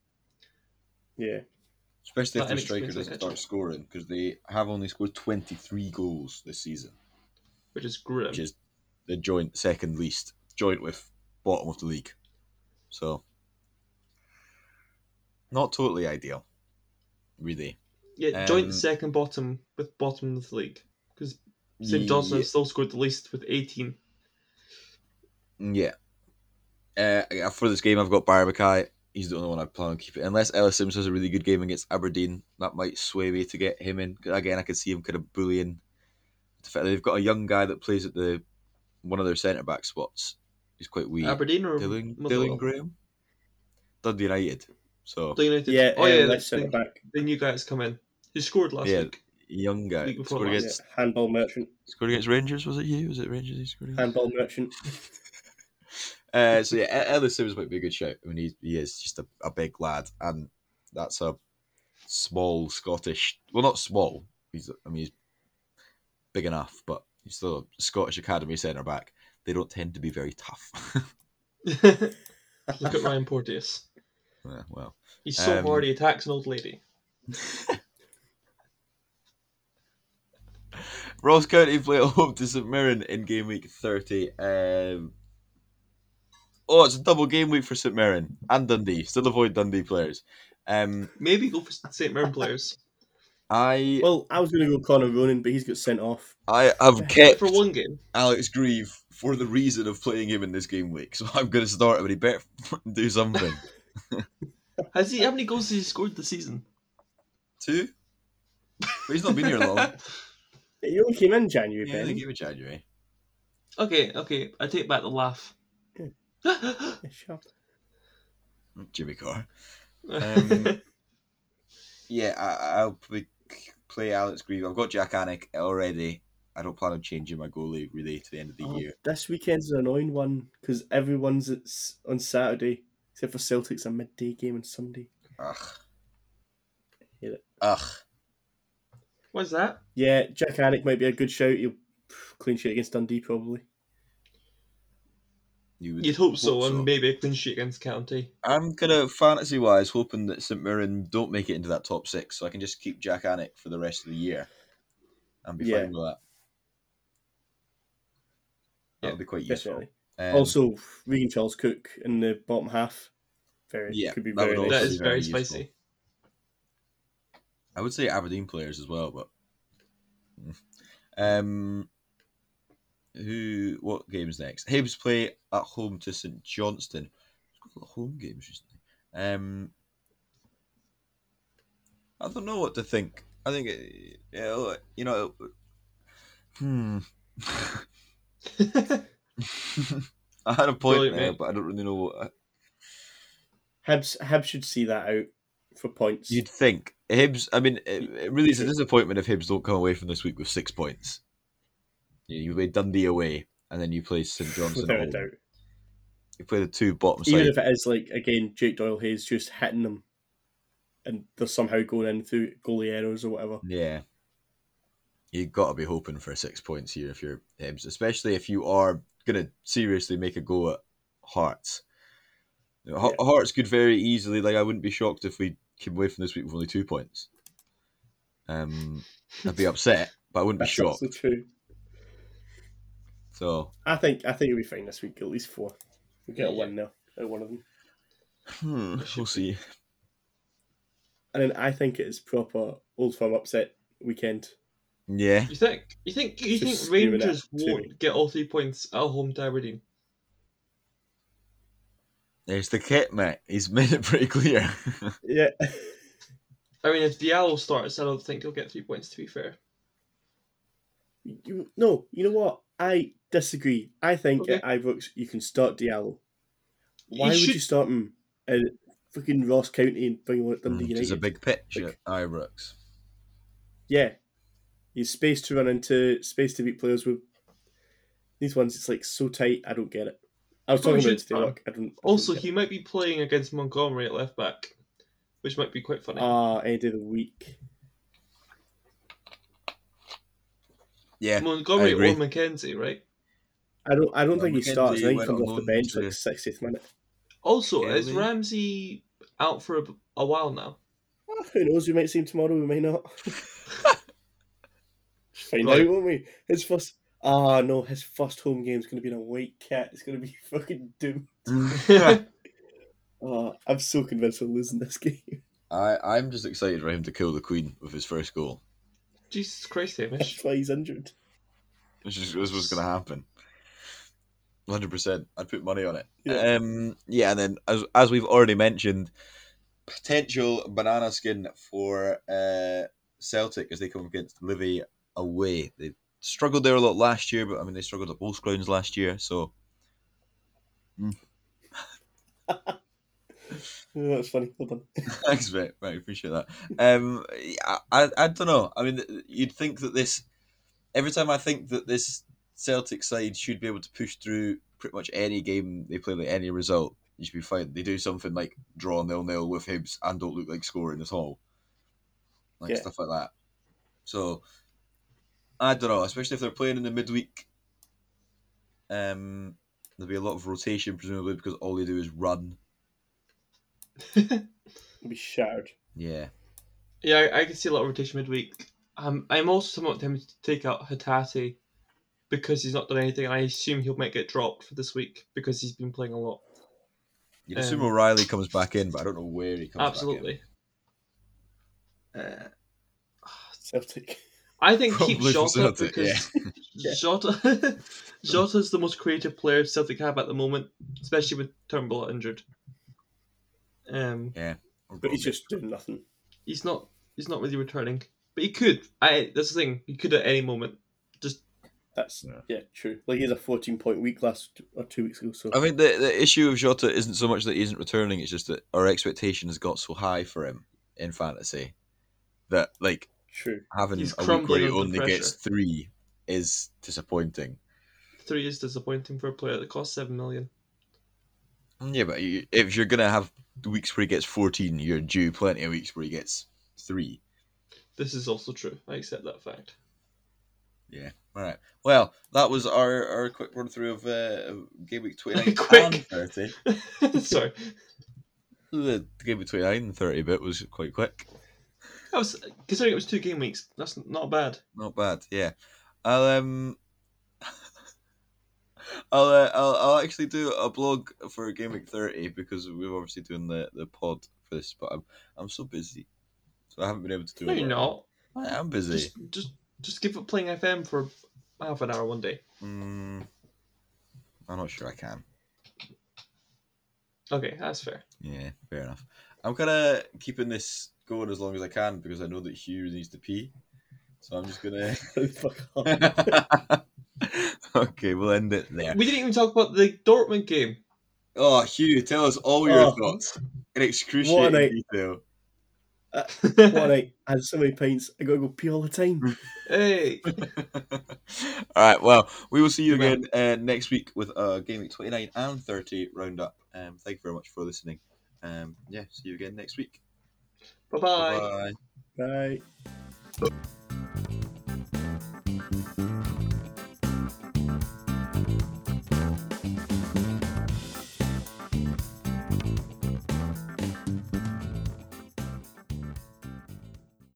Speaker 3: Yeah,
Speaker 1: Especially if
Speaker 2: Not
Speaker 1: their
Speaker 2: an
Speaker 1: striker
Speaker 2: experience
Speaker 1: doesn't
Speaker 2: like
Speaker 1: start
Speaker 2: that.
Speaker 1: scoring because they have only scored 23 goals this season,
Speaker 2: which is grim.
Speaker 1: which is the joint second least, joint with bottom of the league. So, not totally ideal, really.
Speaker 2: yeah,
Speaker 1: um,
Speaker 2: joint second bottom with bottom of the league because St Johnson
Speaker 1: Ye-
Speaker 2: has still scored the least with 18.
Speaker 1: Yeah. Uh, yeah, for this game, I've got Barry Mackay. He's the only one I plan on keeping. Unless Ellis Sims has a really good game against Aberdeen, that might sway me to get him in. 'Cause Again, I could see him kind of bullying. The fact that They've got a young guy that plays at the one of their centre back spots. He's quite wee.
Speaker 2: Aberdeen or
Speaker 1: Dylan,
Speaker 2: Motherwell?
Speaker 1: Dylan Graham, Dundee United. So
Speaker 2: Dundee United.
Speaker 3: yeah, um,
Speaker 2: oh yeah,
Speaker 3: left
Speaker 2: that's
Speaker 3: centre
Speaker 2: the,
Speaker 3: back,
Speaker 2: the new guy that's come in. Who scored last
Speaker 1: Yeah.
Speaker 2: week?
Speaker 1: young guy
Speaker 2: Week before
Speaker 1: scored
Speaker 2: last.
Speaker 3: yeah,
Speaker 1: against
Speaker 3: handball merchant,
Speaker 1: scored against Rangers. Was it you? Was it Rangers? He scored against?
Speaker 3: handball merchant.
Speaker 1: Uh, so yeah, E- Ellis Sims might be a good shout. I mean, he, he is just a, a big lad, and that's a small Scottish. Well, not small. He's I mean he's big enough, but he's still a Scottish Academy centre back. They don't tend to be very tough.
Speaker 2: Look at Ryan Porteous.
Speaker 1: Yeah, well,
Speaker 2: He's so
Speaker 1: Um,
Speaker 2: hard he attacks an old lady.
Speaker 1: Ross County play at home to St Mirren in game week thirty. Um, oh, it's a double game week for St Mirren and Dundee. Still avoid Dundee players. Um,
Speaker 2: Maybe go for St. Mirren players.
Speaker 1: I
Speaker 3: Well, I was going to go Connor Ronan, but he's got sent off.
Speaker 1: I have kept
Speaker 2: For one game.
Speaker 1: Alex Grieve for the reason of playing him in this game week. So I'm going to start him, and he better fucking do something.
Speaker 2: Has he how many goals has he scored this season?
Speaker 1: Two? But he's not been here long.
Speaker 3: He only came in January,
Speaker 1: yeah,
Speaker 3: Ben.
Speaker 1: they gave it January.
Speaker 2: okay, okay. I take back the laugh.
Speaker 1: Um,
Speaker 3: Yeah, sure.
Speaker 1: Jimmy Carr. Um, Yeah, I, I'll probably play Alex Grieve. I've got Jack Anick already. I don't plan on changing my goalie really to the end of the
Speaker 3: Oh,
Speaker 1: year.
Speaker 3: this weekend's an annoying one because everyone's it's on Saturday except for Celtic's a midday game on Sunday.
Speaker 1: Ugh.
Speaker 3: Hate it.
Speaker 1: Ugh.
Speaker 2: What's that?
Speaker 3: Yeah, Jack Anick might be a good shout. He'll pff, clean sheet against Dundee probably.
Speaker 1: You would
Speaker 2: You'd hope so,
Speaker 1: so.
Speaker 2: and maybe a clean sheet against County.
Speaker 1: I'm kind of fantasy wise hoping that St Mirren don't make it into that top six, so I can just keep Jack Anick for the rest of the year and be
Speaker 3: Yeah.
Speaker 1: fine with that. That'll be quite useful.
Speaker 3: Definitely.
Speaker 1: Um,
Speaker 3: also, Regan Charles Cook in the bottom half. Very
Speaker 1: Yeah,
Speaker 3: could be
Speaker 1: that
Speaker 3: very
Speaker 1: would
Speaker 3: nice.
Speaker 2: that
Speaker 1: also
Speaker 2: is
Speaker 1: very
Speaker 2: very
Speaker 1: useful.
Speaker 2: spicy.
Speaker 1: I would say Aberdeen players as well, but mm. um, who? What games next? Hibs play at home to St Johnston. There's a lot of home games recently. Um, I don't know what to think. I think it, yeah, you know, hmm. I had a point
Speaker 2: Brilliant,
Speaker 1: there,
Speaker 2: mate.
Speaker 1: but I don't really know what
Speaker 3: Hibs Hibs should see that out for points.
Speaker 1: you'd think. Hibs. I mean, it, it really is a disappointment if Hibs don't come away from this week with six points. You, you play Dundee away, and then you play St Johnson.
Speaker 3: without a
Speaker 1: at
Speaker 3: doubt.
Speaker 1: home. You play the two bottom
Speaker 3: Even
Speaker 1: sides.
Speaker 3: if it is like again Jake Doyle Hayes just hitting them, and they're somehow going in through goalie errors or whatever.
Speaker 1: Yeah. you've got to be hoping for six points here if you're Hibs, especially if you are going to seriously make a go at Hearts. You know, He-
Speaker 3: Yeah.
Speaker 1: Hearts could very easily, like, I wouldn't be shocked if we came away from this week with only two points. Um, I'd be upset, but I wouldn't be
Speaker 3: That's
Speaker 1: shocked.
Speaker 3: also true.
Speaker 1: So,
Speaker 3: I think I think it'll be fine this week. At least four. We get a
Speaker 2: Yeah.
Speaker 3: win now out of one of them,
Speaker 1: hmm, we'll see.
Speaker 3: and then I think it's proper old firm upset weekend.
Speaker 1: Yeah,
Speaker 2: You think? You think? You
Speaker 3: Just
Speaker 2: think
Speaker 3: screaming
Speaker 2: Rangers
Speaker 3: out to me.
Speaker 2: won't get all three points at home to Aberdeen?
Speaker 1: there's the kit, mate. He's made it pretty clear.
Speaker 3: Yeah,
Speaker 2: I mean, if Diallo starts, I don't think he'll get three points. To be fair,
Speaker 3: you, no, you know what? I disagree. I think
Speaker 2: Okay.
Speaker 3: at Ibrox you can start Diallo. Why
Speaker 2: He
Speaker 3: would
Speaker 2: should-
Speaker 3: you start him at fucking Ross County and bring him on at Dundee
Speaker 1: Hmm, Which is
Speaker 3: United?
Speaker 1: a big pitch
Speaker 3: Like-
Speaker 1: at Ibrox.
Speaker 3: Yeah, he's space to run into, space to beat players with. These ones, it's like so tight. I don't get it. I was
Speaker 2: Well,
Speaker 3: talking
Speaker 2: we
Speaker 3: about it
Speaker 2: should- um,
Speaker 3: today. Mark. I don't.
Speaker 2: Also,
Speaker 3: I don't get
Speaker 2: he might be playing against Montgomery at left back, which might be quite
Speaker 3: it.
Speaker 2: funny.
Speaker 3: ah any day of the week.
Speaker 1: Yeah, I
Speaker 2: Montgomery
Speaker 1: agree.
Speaker 2: or McKenzie, right?
Speaker 3: I don't. I don't
Speaker 1: Well,
Speaker 3: think he
Speaker 1: McKenzie
Speaker 3: starts. I think he
Speaker 1: went
Speaker 3: comes
Speaker 1: on
Speaker 3: off the
Speaker 1: loan
Speaker 3: bench
Speaker 1: to-
Speaker 3: like sixtieth minute.
Speaker 2: Also,
Speaker 1: Okay,
Speaker 2: is
Speaker 1: we-
Speaker 2: Ramsey out for a, a while now?
Speaker 3: Well, Ah, who knows? We might see him tomorrow. We might not. Find
Speaker 2: Right.
Speaker 3: out, won't we? His first. Ah, no. His first home game's going to be in a white cat. It's going to be fucking doomed.
Speaker 1: Hmm.
Speaker 3: Ah, I'm so convinced we're losing this game.
Speaker 1: I, I'm just excited for him to kill the Queen with his first goal.
Speaker 2: Jesus Christ, Hamish.
Speaker 3: That's why he's injured.
Speaker 1: This is, this was going to happen. 100%. I'd put money on it.
Speaker 3: Yeah.
Speaker 1: Um, yeah, and then as, as we've already mentioned, potential banana skin for uh, Celtic as they come against Livy away. They struggled there a lot last year, but I mean, they struggled at both grounds last year, so
Speaker 3: Oh, that's funny. Hold on.
Speaker 1: Thanks, mate. Right, appreciate that. Um, I, I, I don't know. I mean, you'd think that this. Every time I think that this Celtic side should be able to push through pretty much any game they play, like any result, you should be fine. They do something like draw nil nil with Hibs and don't look like scoring at all, like
Speaker 3: Yeah.
Speaker 1: stuff like that. So, I don't know. Especially if they're playing in the midweek, um, there'll be a lot of rotation presumably because all they do is run.
Speaker 3: We'll be shattered.
Speaker 1: Yeah.
Speaker 2: yeah, I, I can see a lot of rotation midweek. Um, I'm also somewhat tempted to take out Hatate because he's not done anything, and I assume he might get dropped for this week because he's been playing a lot.
Speaker 1: You'd assume
Speaker 2: Um,
Speaker 1: O'Reilly comes back in, but I don't know where he comes back
Speaker 2: Absolutely. Uh,
Speaker 3: Celtic.
Speaker 2: I think
Speaker 1: Probably
Speaker 2: keep
Speaker 1: for
Speaker 2: Jota
Speaker 1: Celtic,
Speaker 2: because
Speaker 3: Yeah.
Speaker 2: Jota Jota's the most creative player Celtic have at the moment, especially with Turnbull injured. Um,
Speaker 1: in.
Speaker 3: But he's just doing nothing.
Speaker 2: he's not he's not really returning, but he could. I that's the thing. He could at any moment. Just
Speaker 3: That's
Speaker 1: Yeah.
Speaker 3: yeah, true. Like he had a 14 point week last or two weeks ago. So
Speaker 1: I mean, the, the issue of Jota isn't so much that he isn't returning; it's just that our expectations got so high for him in fantasy that like
Speaker 3: true.
Speaker 1: having
Speaker 2: He's
Speaker 1: a week where
Speaker 2: crumbling
Speaker 1: he
Speaker 2: under
Speaker 1: only gets
Speaker 2: pressure.
Speaker 1: three is disappointing.
Speaker 2: three is disappointing for a player that costs seven million.
Speaker 1: Yeah, but you, if you're gonna have weeks where he gets fourteen, you're due plenty of weeks where he gets three.
Speaker 2: This is also true. I accept that fact.
Speaker 1: All right. Well, that was our, our quick run through of uh, game week twenty nine
Speaker 2: Quick.
Speaker 1: and thirty.
Speaker 2: Sorry,
Speaker 1: The game week twenty nine and thirty bit was quite quick.
Speaker 2: I was considering it was two game weeks. That's not bad.
Speaker 1: Not bad, yeah. I'll um, I'll, uh, I'll I'll actually do a blog for Game Week Thirty because we're obviously doing the, the pod for this, but I'm I'm so busy, so I haven't been able to do.
Speaker 2: No,
Speaker 1: a
Speaker 2: you're
Speaker 1: lot.
Speaker 2: not.
Speaker 1: I am busy.
Speaker 2: Just just just give up playing FM for half an hour one day.
Speaker 1: Mm, I'm not sure I can.
Speaker 2: Okay, that's fair.
Speaker 1: Yeah, fair enough. I'm kind of keeping this going as long as I can because I know that Hugh needs to pee, so I'm just gonna.
Speaker 3: Fuck off.
Speaker 1: okay, we'll end it there.
Speaker 2: We didn't even talk about the Dortmund game.
Speaker 1: Oh, Hugh, tell us all your
Speaker 3: Oh.
Speaker 1: thoughts in excruciating
Speaker 3: night.
Speaker 1: detail.
Speaker 3: What night? I had so many pints. I gotta go pee all the time.
Speaker 2: hey,
Speaker 1: all right, well, we will see you
Speaker 2: Good man.
Speaker 1: again uh, next week with uh, Game Week 29 and 30 roundup. Um, thank you very much for listening. Um, yeah, see you again next week.
Speaker 2: bye bye.
Speaker 1: Bye-bye.
Speaker 3: Right.